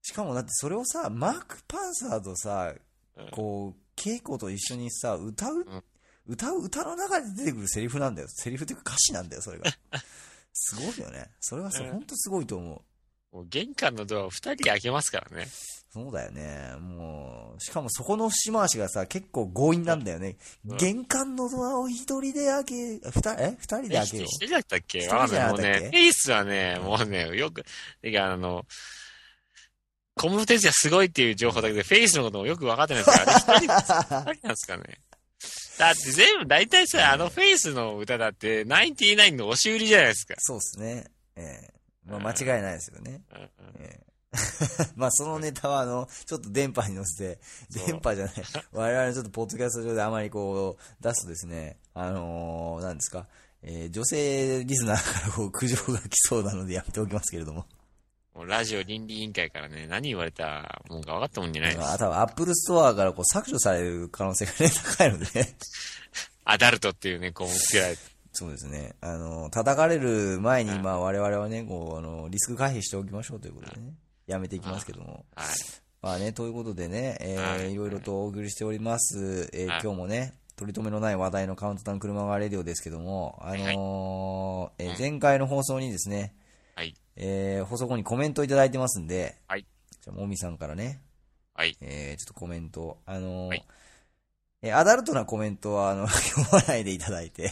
B: しかもだってそれをさ、マーク・パンサーとさ
A: うん、
B: こう、稽古と一緒にさ、歌う、
A: ん
B: 歌う歌の中で出てくるセリフなんだよ。セリフっていうか歌詞なんだよ、そ れが。すごいよね。それはさ、
A: うん
B: ほんとすごいと思う。
A: もう玄関のドアを二人で開けますからね。
B: そうだよね。もう、しかもそこの節回しがさ、結構強引なんだよね。
A: うん
B: 玄関のドアを一人で開け、二人、え二人で
A: え、
B: 開
A: 一人
B: けよ
A: 一人だったっ
B: 一
A: け
B: 人
A: わかん
B: じ
A: ない。
B: ゃな
A: もう
B: かったっけ
A: ね、フェイスはね、もうね、よく、てかあの、コムテスヤすごいっていう情報だけど、フェイスのこともよく分かってないですから、あれ一人だけなんですかね。だって全部、大体さ、あのフェイスの歌だって、ナインティナインの押し売りじゃないですか。
B: そうですね。ええまあ、間違いないですよね。
A: うんうん
B: え えまあそのネタはあのちょっと電波に乗せて
A: そう
B: 電波じゃ ない我々ちょっとポッドキャスト上であまりこう出すとですねあのー、なんですか、えー女性リスナーからこう苦情が来そうなのでやめておきますけれども
A: もうラジオ倫理委員会からね、何言われたもんか分かったもんじゃないで
B: まあ
A: す。
B: 多分アップルストアからこう削除される可能性が、ね、 高いので
A: アダルトっていうね、こうつけられて。
B: そうですねあの叩かれる前にまあ我々はねこうあのリスク回避しておきましょうということでねやめていきますけども
A: はい。
B: まあね、ということでね、えー
A: はい
B: いろいろとお送りしております。えー
A: はい
B: 今日もね、取り留めのない話題のカウントダウン車側レディオですけども、あ
A: い
B: のーえー前回の放送にですね、
A: はい。
B: えー放送後にコメントいただいてますんで、
A: はい
B: じゃあ、もみさんからね、
A: はい。
B: えーちょっとコメントを、あのー
A: はい
B: えーアダルトなコメントは、あの、 読まないでいただいて、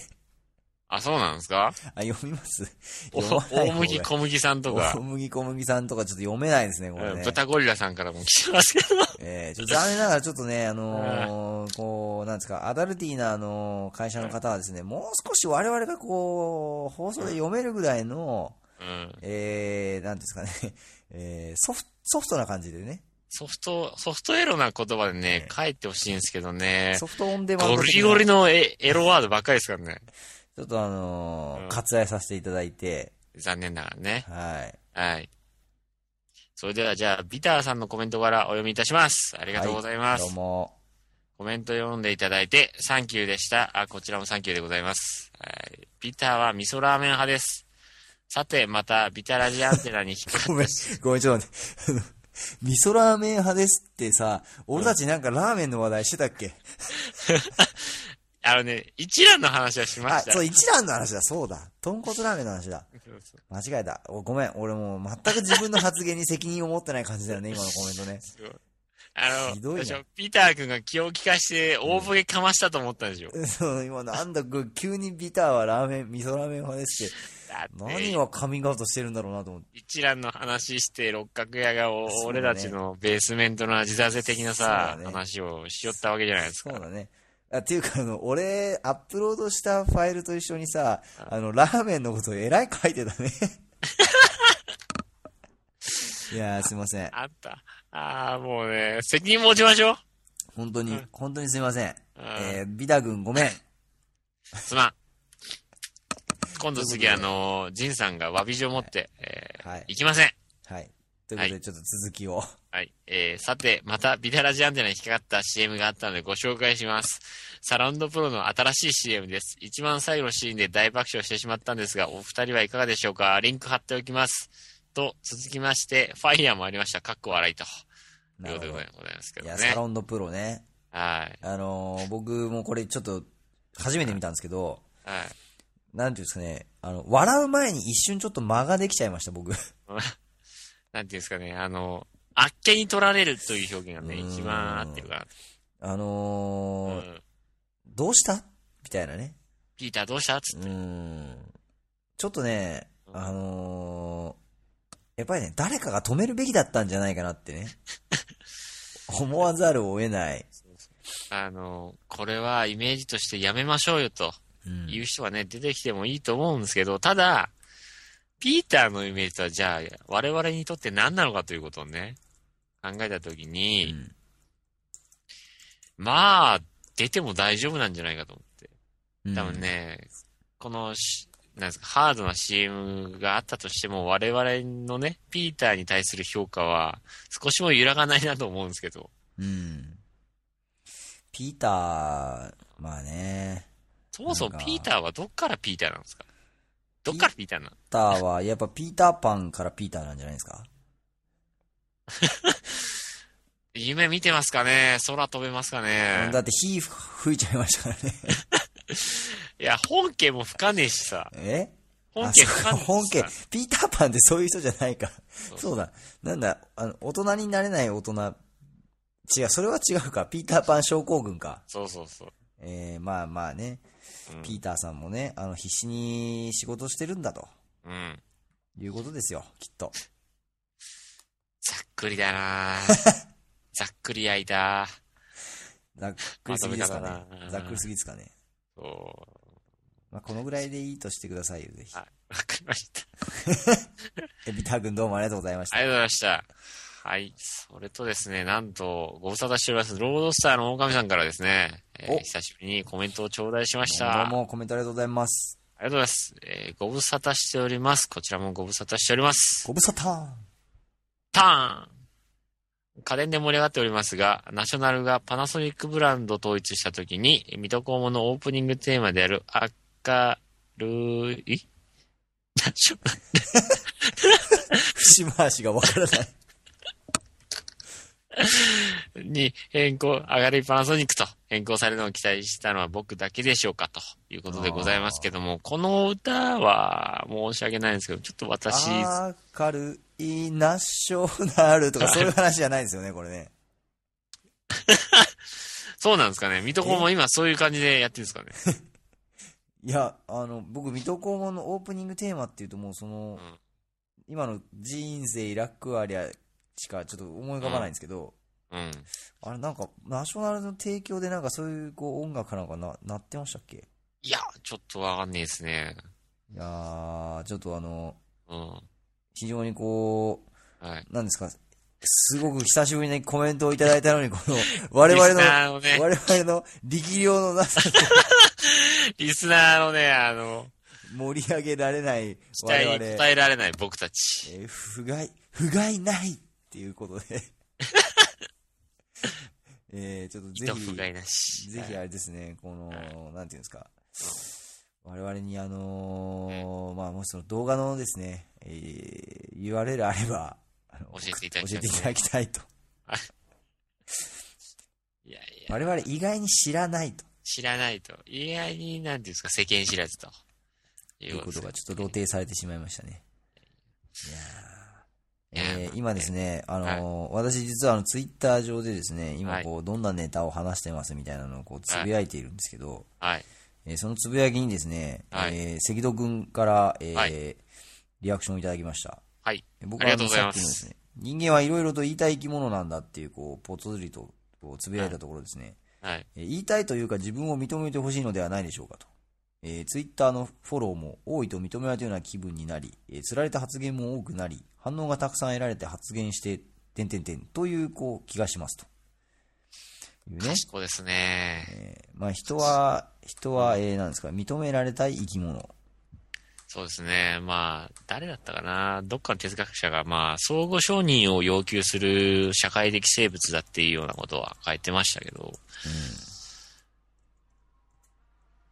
A: あ、そうなんですか
B: あ、読みます
A: お
B: 読まない
A: 大麦
B: 方
A: 小麦さんと
B: が
A: か
B: 大。麦小麦さんとかちょっと読めないですね、これ
A: うん
B: ね。
A: 豚ゴリラさんからも来てますけど。
B: えー、ちょっと残念ながらちょっとね、あのーこう、なんですか、アダルティーな、あのー会社の方はですね、もう少し我々がこう、放送で読めるぐらいの、
A: うん。
B: えー、なんですかね、 えー、ソフト、ソフトな感じでね、
A: ソフト、ソフトエロな言葉でね、書いてほしいんですけどね。
B: ソフトオンデマンド
A: ゴ
B: 的
A: リ
B: な
A: ゴリのエエロワードばっかりですからね。
B: ちょっとあのー
A: うん
B: 割愛させていただいて、
A: 残念ながらね。
B: はい。
A: はい。それではじゃあ、ビターさんのコメントからお読みいたします。ありがとうございます。
B: どうも。
A: コメント読んでいただいて、サンキューでした。あ、こちらもサンキューでございます。はいビターは味噌ラーメン派です。さて、また、ビタラジアンテナに引っかか
B: ごめん、ごめん、ちょっと待って。味噌ラーメン派ですってさ、俺たちなんかラーメンの話題してたっけ、
A: あのね、一覧の話はしま
B: あ、
A: した。
B: そう、一蘭の話だ、そうだ。豚骨ラーメンの話だ。
A: そうそう
B: 間違えた。おごめん、俺もう全く自分の発言に責任を持ってない感じだよ ね、今のコメントね。
A: すごいあ
B: ひ
A: の、
B: どいな
A: 私はピーター君が気を利かして、大ボケかましたと思ったんでしょ。
B: そう、今なんだ、これ急にビターはラーメン、味噌ラーメン派ですって、
A: だって
B: 何、をカミングアウトしてるんだろうなと思って。
A: 一覧の話して、六角屋がお、
B: そうだね
A: 俺たちのベースメントの味だぜ的なさ、
B: そうだね
A: 話をしよったわけじゃないです
B: そ
A: か。
B: うだね。あっていうか、あの、俺、アップロードしたファイルと一緒にさ、あの、ラーメンのことえらい書いてた ね。いやー、すいません。
A: あった。ああ、もうね、責任持ちましょう。
B: 本当に、本当にすいません。えー、ビタ君ごめん。
A: すまん。今度次、
B: という
A: あ
B: ことで
A: の、ジンさんが詫び状を持って、えー
B: はい
A: 行きません。
B: はい。ということ
A: は
B: で、ちょっと続きを。
A: はい。えー、さて、また、ビタラジアンテナに引っかかった CM があったのでご紹介します。サラウンドプロの新しい CM です。一番最後のシーンで大爆笑してしまったんですが、お二人はいかがでしょうかリンク貼っておきます。と、続きまして、ファイヤーもありました。かっこ笑いと。と
B: な
A: いう
B: る
A: こ
B: ほ
A: とで
B: ど。
A: ご
B: い
A: ざいますけど
B: や、
A: ね
B: サ。ロンドプロね。
A: はい。
B: あのー僕もこれちょっと、初めて見たんですけど、
A: はい。
B: なんていうんですかね、あの、笑う前に一瞬ちょっと間ができちゃいました、僕。
A: なんていうんですかね、あの、あっけに取られるという表現がね、
B: うん
A: 一番合ってるかなと。
B: あのー
A: うん
B: どうしたみたいなね。
A: ピーターどうしたつって。
B: うん。ちょっとね、あのーやっぱりね、誰かが止めるべきだったんじゃないかなってね。 思わざるを得ない。
A: あの、これはイメージとしてやめましょうよと
B: うん
A: いう人がね、出てきてもいいと思うんですけど、ただ、ピーターのイメージとはじゃあ、我々にとって何なのかということをね、考えたとき
B: う
A: に、
B: ん
A: まあ、出ても大丈夫なんじゃないかと思って。
B: うん
A: 多分ね、このし、なんですか、ハードな CM があったとしても、我々のね、ピーターに対する評価は、少しも揺らがないなと思うんですけど、
B: うん。ピーター、まあね、
A: そもそ
B: な
A: も
B: んか
A: ピーターはどっからピーターなんですかどっからピーターなの
B: ピーターはやっぱピーターパンからピーターなんじゃないですか
A: 夢見てますかね空飛べますかね
B: だって火吹いちゃいましたからね。
A: いや、本家も吹かねえしさ。
B: え
A: 本
B: あ
A: 家
B: そう
A: 吹
B: か
A: かねえしさ。
B: 本家。ピーターパンってそういう人じゃないか。
A: そう
B: そうだ。なんだ、あの、大人になれない大人。違う、それは違うか。ピーターパン症候群か。
A: そうそうそう。
B: えー、まあまあね、
A: うん
B: ピーターさんもね、あの、必死に仕事してるんだと。
A: うん。
B: いうことですよ、きっと。
A: ざっくりだ なざっくり焼いた。
B: ざっくりすぎですか
A: まとめ方だ
B: ね。
A: な
B: ざっくりすぎですかね。
A: そう。
B: まあ、このぐらいでいいとしてくださいよ、ぜひ
A: あ。、わかりました。
B: え、ビター君どうもありがとうございました
A: あ。りがとうございました。はい。それとですね、なんと、ご無沙汰しております、ロードスターの狼さんからですね、えー
B: お
A: 久しぶりにコメントを頂戴しまし
B: ど
A: た。
B: うも、コメントありがとうございます。
A: ありがとうございます。えーご無沙汰しております。こちらもご無沙汰しております。
B: ご無沙汰
A: ターン家電で盛り上がっておりますが、ナショナルがパナソニックブランド統一したときに、ミトコーモのオープニングテーマである明るい、ナショ
B: 節回しがわからない。
A: ナルに変更、明るいパナソニックと変更されるのを期待したのは僕だけでしょうかということでございますけども、この歌は申し訳ないんですけど、ちょっと私、
B: 明るいナショナルとかそういう話じゃないですよね、これね。
A: そうなんですかね。ミトコーモ今そういう感じでやってるんですかね。
B: いや、あの、僕、水戸黄門のオープニングテーマっていうと、もうその、
A: ん
B: 今の人生楽ありゃしかちょっと思い浮かばないんですけど、
A: うん。
B: あれなんか、ナショナルの提供でなんかそういうこう音楽かなんかな、なってましたっけ
A: いや、ちょっとわかんないですね。
B: いやー、ちょっとあの、
A: うん。
B: 非常にこ
A: はい。
B: う、なんですか、すごく久しぶりにコメントをいた だいたのに、この、我々
A: リスナー
B: の、
A: のね
B: 我々の力量のなさと
A: リスナーのね、あの、
B: 盛り上げられない
A: 期
B: 我
A: 待
B: 々、
A: に応えられない僕たち。
B: えー不甲斐、不甲斐ないっていうことで、 えーちょっと
A: い
B: ぜ
A: と
B: ひ、
A: 不甲斐なし。
B: ぜひあれですね、この、なんていうんですか、我々にあのーまあ、もしその動画のですね、えー URL あれば、あの
A: 教えていただきた
B: 教え
A: い
B: ていただきたいと。
A: いやいや、
B: 我々意外に知らないと
A: 知らないと。意外に、なんていうんですか、世間知らずと。い
B: いうこと
A: で
B: が
A: す
B: ちょっと露呈されてしまいましたね。いやー
A: い
B: え
A: や
B: ー今ですね、あのー私実はあのツイッター上でですね、今こう、どんなネタを話してますみたいなのをこう、つぶやいているんですけど、
A: はい。
B: えーそのつぶやきにですね、
A: はい
B: えー関戸君から、えー
A: は
B: リアクションをいただきました。
A: はい。
B: 僕
A: あ
B: は
A: り
B: あ
A: がとう
B: の
A: ござい
B: さっ
A: ま
B: き
A: す
B: のですね、人間はいろいろと言いたい生き物なんだっていう、こう、ぽつりとこうつぶやいたところですね、
A: はい。
B: えー言いたいというか自分を認めてほしいのではないでしょうかと。えー、ツイッターのフォローも多いと認められたような気分になり、えー、釣られた発言も多くなり、反応がたくさん得られて発言して、てんてんてんという、こう、気がしますと。いうね。
A: 賢いですね。
B: えーまあ、人は、人は、えー、なんですか、認められたい生き物。
A: そうですね。まあ、誰だったかな。どっかの哲学者が、まあ、相互承認を要求する社会的生物だっていうようなことは書いてましたけど、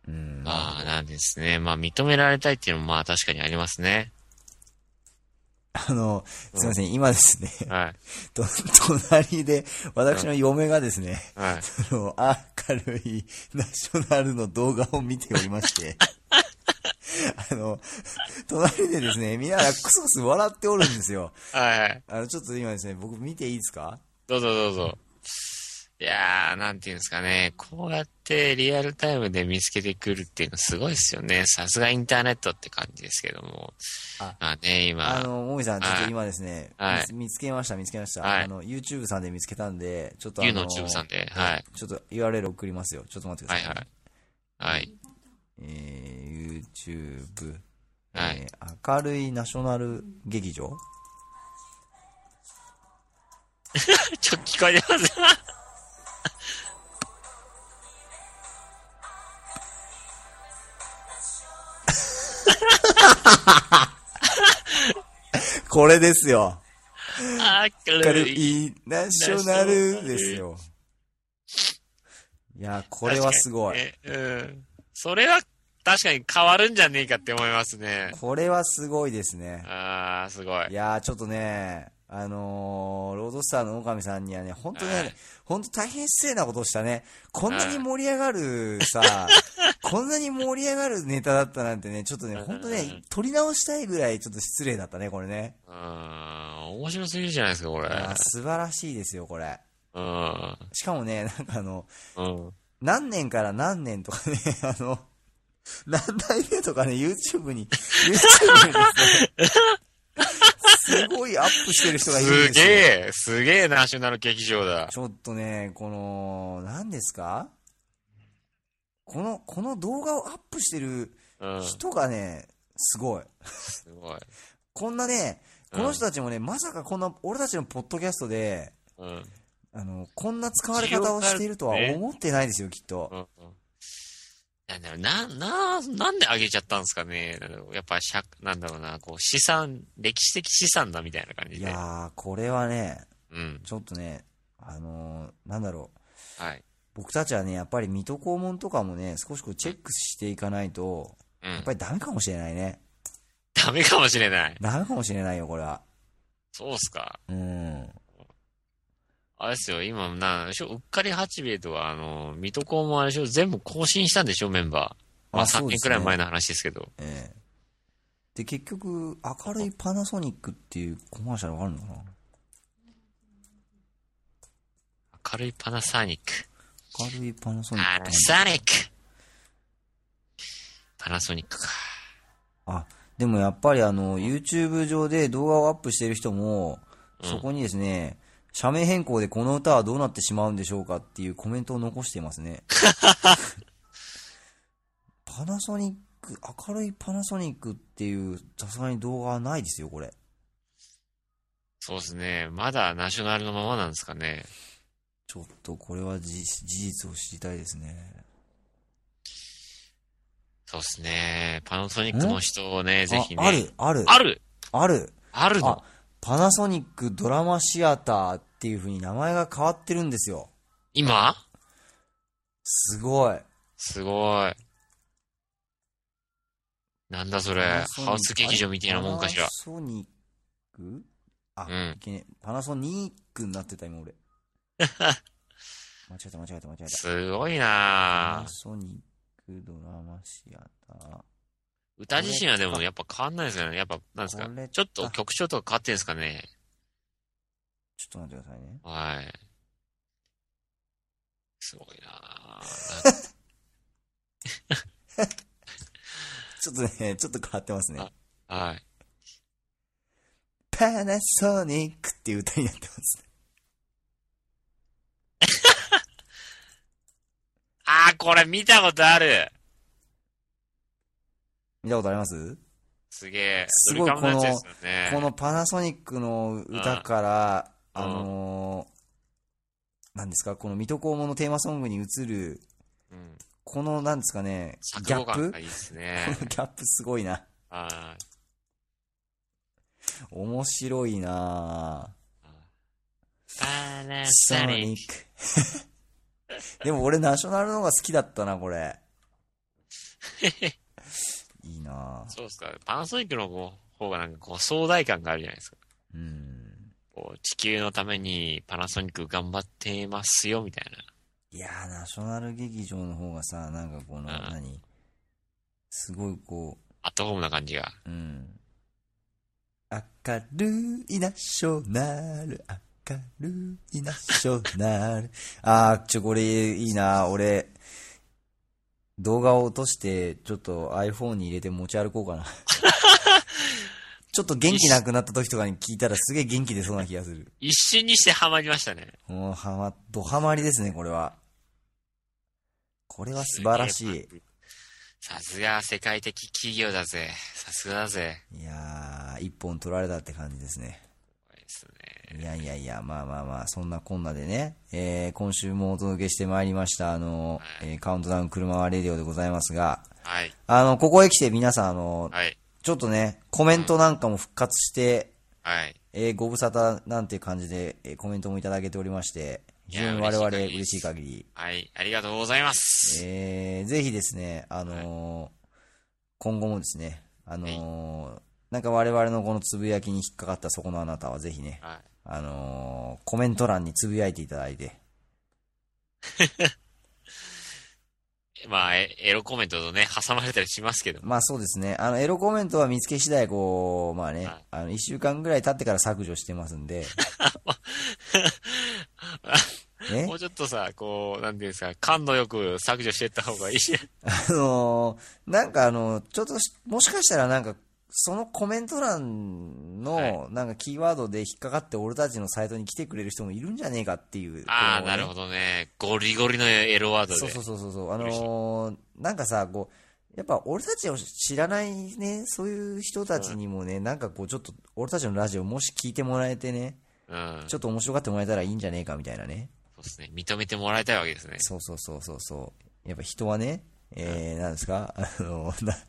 B: うん。
A: まあ、なんですね。まあ、認められたいっていうのも、まあ、確かにありますね。
B: あの、すいません、今ですね、
A: はい。
B: と隣で、私の嫁がですね、
A: はい。
B: あの、明るいナショナルの動画を見ておりまして、 あの、隣でですね、みんながクスクス笑っておるんですよ。
A: はいはい。
B: あの、ちょっと今ですね、僕見ていいですか
A: どうぞどうぞ。いやー、なんていうんですかね。こうやってリアルタイムで見つけてくるっていうのすごいですよね。さすがインターネットって感じですけども。
B: あ
A: まあね、
B: あ
A: 今。
B: の、もみさん、ちょ
A: はい
B: っと今ですね、
A: はい
B: 見つ見つけました、見つけました。
A: はい
B: あの、YouTube さんで見つけたんで、ちょっとあ
A: U
B: の
A: の、チューブさんで。はい。
B: ちょっと URL 送りますよ。ちょっと待ってく
A: は
B: だ
A: い
B: さいね。
A: はい。はい。
B: えー、YouTube、
A: はい
B: えー明るいナショナル劇場
A: ちょっと聞こえてます。
B: これですよ。
A: あー、
B: 明
A: 軽
B: る
A: い。
B: いナショナルですよ。いや、これはすごい。
A: 確かにねうん。それは確かに変わるんじゃねえかって思いますね。
B: これはすごいですね。
A: あー、すごい。
B: いやー、ちょっとね、あのー、ロードスターの狼さんにはね、本当
A: はい
B: ね、本当大変失礼なことをしたね。こんなに盛り上がる さ、こんなに盛り上がるネタだったなんてね、ちょっとね、本当ね、取り直したいぐらいちょっと失礼だったね、これね。
A: うん、面白すぎるじゃないですか、これ。
B: いやー素晴らしいですよ、これ。
A: うん。
B: しかもね、なんかあの、
A: うん。
B: 何年から何年とかね、 あの、何代目とかね、YouTube に、YouTube にですね、すごいアップしてる人がいる
A: す
B: んです
A: げ
B: よ。
A: え、すげえナショナル劇場だ。
B: ちょっとね、この、何ですかこの、この動画をアップしてる
A: うん、
B: 人がね、すごい。
A: すごい。
B: こんなね、この人たちもね、まさかこんな、俺たちのポッドキャストで、
A: うん。うん
B: あの、こんな使われ方をしているとは思ってないですよ、きっと。
A: うんなんだろう、な、な、なんで上げちゃったんですかね。なんだろうやっぱしゃ、なんだろうな、こう、資産、歴史的資産だみたいな感じ
B: い
A: で。
B: やー、これはね、
A: うん。
B: ちょっとね、あのーなんだろう。
A: はい。
B: 僕たちはね、やっぱり水戸黄門とかもね、少しこうチェックしていかないと、
A: う
B: やっ
A: ん
B: ぱ。りダメかもしれないね。
A: ダメかもしれない。
B: ダメかもしれないよ、これは。
A: そうっすか。
B: うん。
A: あれですよ、今、な、しょ、うっかり八兵衛とは、あの、水戸黄門あれでしょ、全部更新したんでしょ、メンバー。まあ、
B: あそう
A: 3
B: で
A: 年
B: す
A: く
B: ね
A: らい前の話ですけど。
B: ええで、結局、明るいパナソニックっていうコマーシャルがあるのかな
A: 明るいパナソニック。
B: 明るいパナソニッ
A: パ
B: ク
A: ナ。ソニックパナソニックか。
B: あ、でもやっぱりあの、YouTube 上で動画をアップしてる人も、そこにですね、社名変更でこの歌はどうなってしまうんでしょうかっていうコメントを残していま すね。パナソニック、明るいパナソニックっていう、さすがに動画はないですよ、これ。
A: そうですね。まだナショナルのままなんですかね。
B: ちょっとこれは事事実を知りたいですね。
A: そうですね。パナソニックの人をね、ぜひね。
B: あある、ある、
A: ある
B: ある。
A: ある
B: あ
A: の、
B: パナソニックドラマシアターっていう風に名前が変わってるんですよ。
A: 今
B: すごい。
A: すごい。なんだそれ。
B: パナ
A: ハ
B: ソニック
A: ウス劇場みたいなもんかし
B: パ
A: ら
B: ナ。ソニックあ、
A: うん
B: いけねえパナソニックになってた 今俺。間違えた間違えた間違えた。
A: すごい
B: パ
A: な
B: ナ
A: ぁ
B: ソニックドラマシアタ
A: 歌自身はでもやっぱ変わんないですかね。やっぱ、なんですか
B: これ。
A: ちょっと曲調とか変わってんですかね。
B: ちょっと待ってくださいね。
A: はい。すごいな
B: ちょっと ね、ちょっと変わってますね
A: あ。ぁはい。
B: パナソニックっていう歌になってますね。
A: あー、これ見たことある
B: 見たことあります
A: すげえ。
B: すごい
A: ドリカムやつですよね
B: このパナソニックの歌から、
A: うん
B: あのー、なんですか、この水戸黄門のテーマソングに移る、
A: うん
B: このなんですかね、
A: 作
B: ギャ
A: 語
B: ッ
A: 感
B: プ
A: がいいです
B: こ
A: ね
B: の。 ギャップすごいな。
A: あ
B: 面白いな
A: ーパナソ
B: ソ
A: ニ
B: ニ
A: ッ
B: ック。 でも俺ナショナルの方が好きだったな、これ。いいな
A: ク。そうっすか。パナソニックの方がなんかこう壮大感があるじゃないですか。
B: うん。
A: こう地球のためにパナソニック頑張ってますよ、みたいな。
B: いやー、ナショナル劇場の方がさ、なんかこの、何すごいこ
A: アットホームな感じが。
B: う、うん。明るいナショナル、明るいナショナル。あー、ちょ、これいいな俺、動画を落として、ちょっと iPhone に入れて持ち歩こうかな。 ちょっと元気なくなった時とかに聞いたらすげえ元気出そうな気がする。
A: 一瞬にしてハマりましたね。
B: もうはま、ドハマりですね、これは。これは素晴らしい。
A: さすが世界的企業だぜ。さすがだぜ。
B: いやー、一本取られたって感じですね。
A: 怖いですね。
B: いやいやいや、まあまあまあ、そんなこんなでね、えー、今週もお届けしてまいりました、あの、えーカウントダウン車はレディオでございますが、
A: はい。
B: あの、ここへ来て皆さん、あの、
A: はい。
B: ちょっとね、コメントなんかも復活して、
A: はい。
B: えーご無沙汰なんていう感じで、えーコメントもいただけておりまして、非常に我々
A: いや嬉しい限り
B: 嬉しい限り、
A: はい。ありがとうございます。
B: えー、ぜひですね、あのー今後もですね、あのーなんか我々のこのつぶやきに引っかかったそこのあなたはぜひね、
A: は
B: あのーコメント欄につぶやいていただいて、
A: い。まあ、エエロコメントとね、挟まれたりしますけど。
B: まあそうですね、あの、エロコメントは見つけ次第、こう、まあね
A: はい、
B: あの、一週間ぐらい経ってから削除してます んで、ね
A: も、うちょっとさ、こう、なんていうんですか、感度よく削除していった方が いい。
B: あのーなんかあの、ちょっとし、もしかしたらなんか、そのコメント
A: は
B: 欄の、なんかキーワードで引っかかって俺たちのサイトに来てくれる人もいるんじゃねえかっていう。
A: ああ、
B: こうね
A: なるほどね。ゴリゴリのエロワードで。
B: そうそうそうそうそう。あのーなんかさ、こう、やっぱ俺たちを知らないね、そういう人たちにもね、なんかこうちょっと、俺たちのラジオもし聞いてもらえてね、
A: うん。
B: ちょっと面白がってもらえたらいいんじゃねえかみたいなね。
A: そうですね。認めてもらいたいわけですね。
B: そうそうそうそうそう。やっぱ人はね、えー、なんですかあのー、な、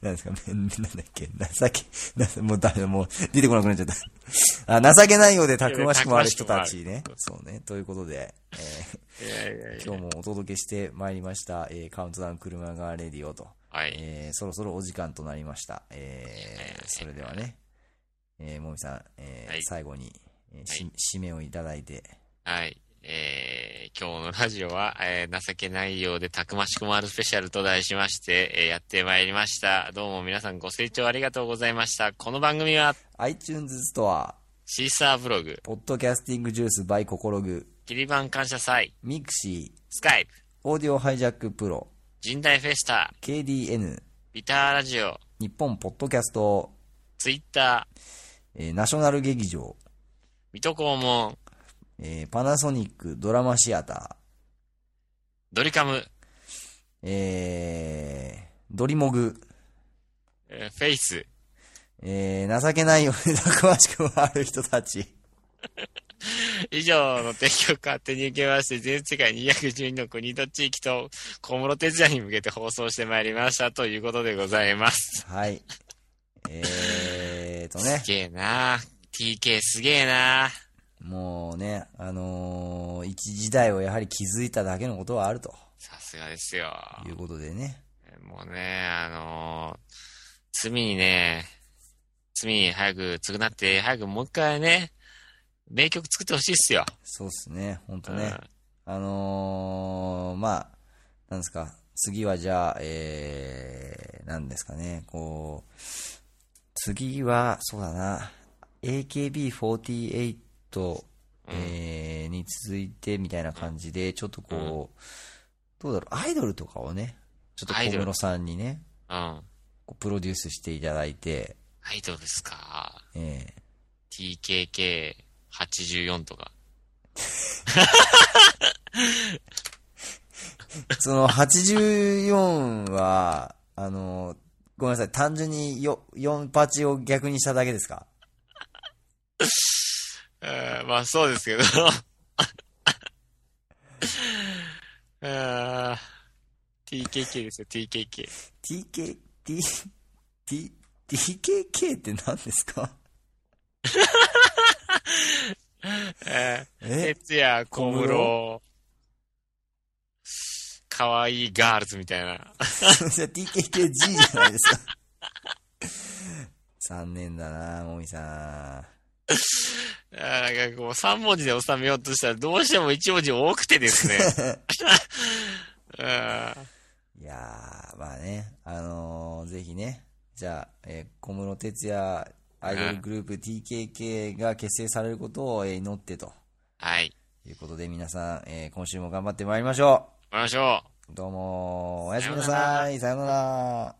B: なんですかめんなんだっけ情け、なもうダメだ、もう出てこなくなっちゃった。あ、情けないようでたくましくもある人たちね。そうね。ということで、えー
A: いやいやいや。
B: 今日もお届けしてまいりました、えーカウントダウン車がレディオと、
A: はい。
B: えーそろそろお時間となりました。えーそれではね、えー、もみさん、えー
A: はい
B: 最後に、えーし締めをいただいて、
A: はい。えー、今日のラジオは、えー、情けないようでたくましくもあるスペシャルと題しまして、えーやってまいりました。どうも皆さんご清聴ありがとうございました。この番組は、
B: iTunes ストア、
A: シーサーブログ、
B: ポッドキャスティングジュース by ココログ、
A: キリバン感謝祭、
B: ミクシー、
A: スカイプ、
B: オーディオハイジャックプロ、
A: 人体フェスタ、
B: KDN、
A: ビターラジオ、
B: 日本ポッドキャスト、
A: ツイッター、
B: えーナショナル劇場、
A: 水戸黄門、
B: えーパナソニックドラマシアタ
A: ドリカム、
B: ー、えードリモグ、
A: えーフェイス、
B: えー、情けないようにたくましくもある人たち。
A: 以上の提供を勝手に受けまして、全世界212の国と地域と小室哲也に向けて放送してまいりましたということでございます。
B: はい。えーとね
A: す、げえな TK すげえな
B: もうね、あのー一時代をやはり気づいただけのことはあると
A: さすがですよ。
B: いうことでね。
A: もうね、あのー罪にね、罪に早く償って、早くもう一回ね、名曲作ってほしいっすよ。
B: そうっすね、ほんと
A: うん
B: ね。あのーまあ、なんですか、次はじゃあ、えー、なんですかね、こう、次は、そうだな、AKB48、えーに続いてみたいな感じで、ちょっとこう、どうだろう、アイドルとかをね、ちょっと
A: アイ
B: 小
A: ドル
B: 室さんにね、
A: うん。ア
B: こうプロデュースしていただいて、
A: イドルっすか。
B: え
A: TKK84 とか。
B: ーその84は、あの、ごめんなさい、単純によ4パチを逆にしただけですか
A: えーまあそうですけど。 えー TKK ですよ、TKK。
B: ?TK、T、T、TKK って何ですか
A: えー、
B: え
A: 哲也、小
B: 小
A: 室、かわいいガールズみたいな。
B: じゃあ TKKG じゃないですか。残念だな、もみさ
A: あーなんかこう、3文字で収めようとしたら、どうしても1文字多くてですね。 あ
B: ん。いやー、まあね、あのーぜひね、じゃあ、えー小室哲也アイドルグループ TKK が結成されることをえー祈ってと
A: ーはい。
B: いうことで皆さん、えー今週も頑張ってまいりましょ
A: 行きましょう。
B: う。どうも、おやすみなさい。さようなら。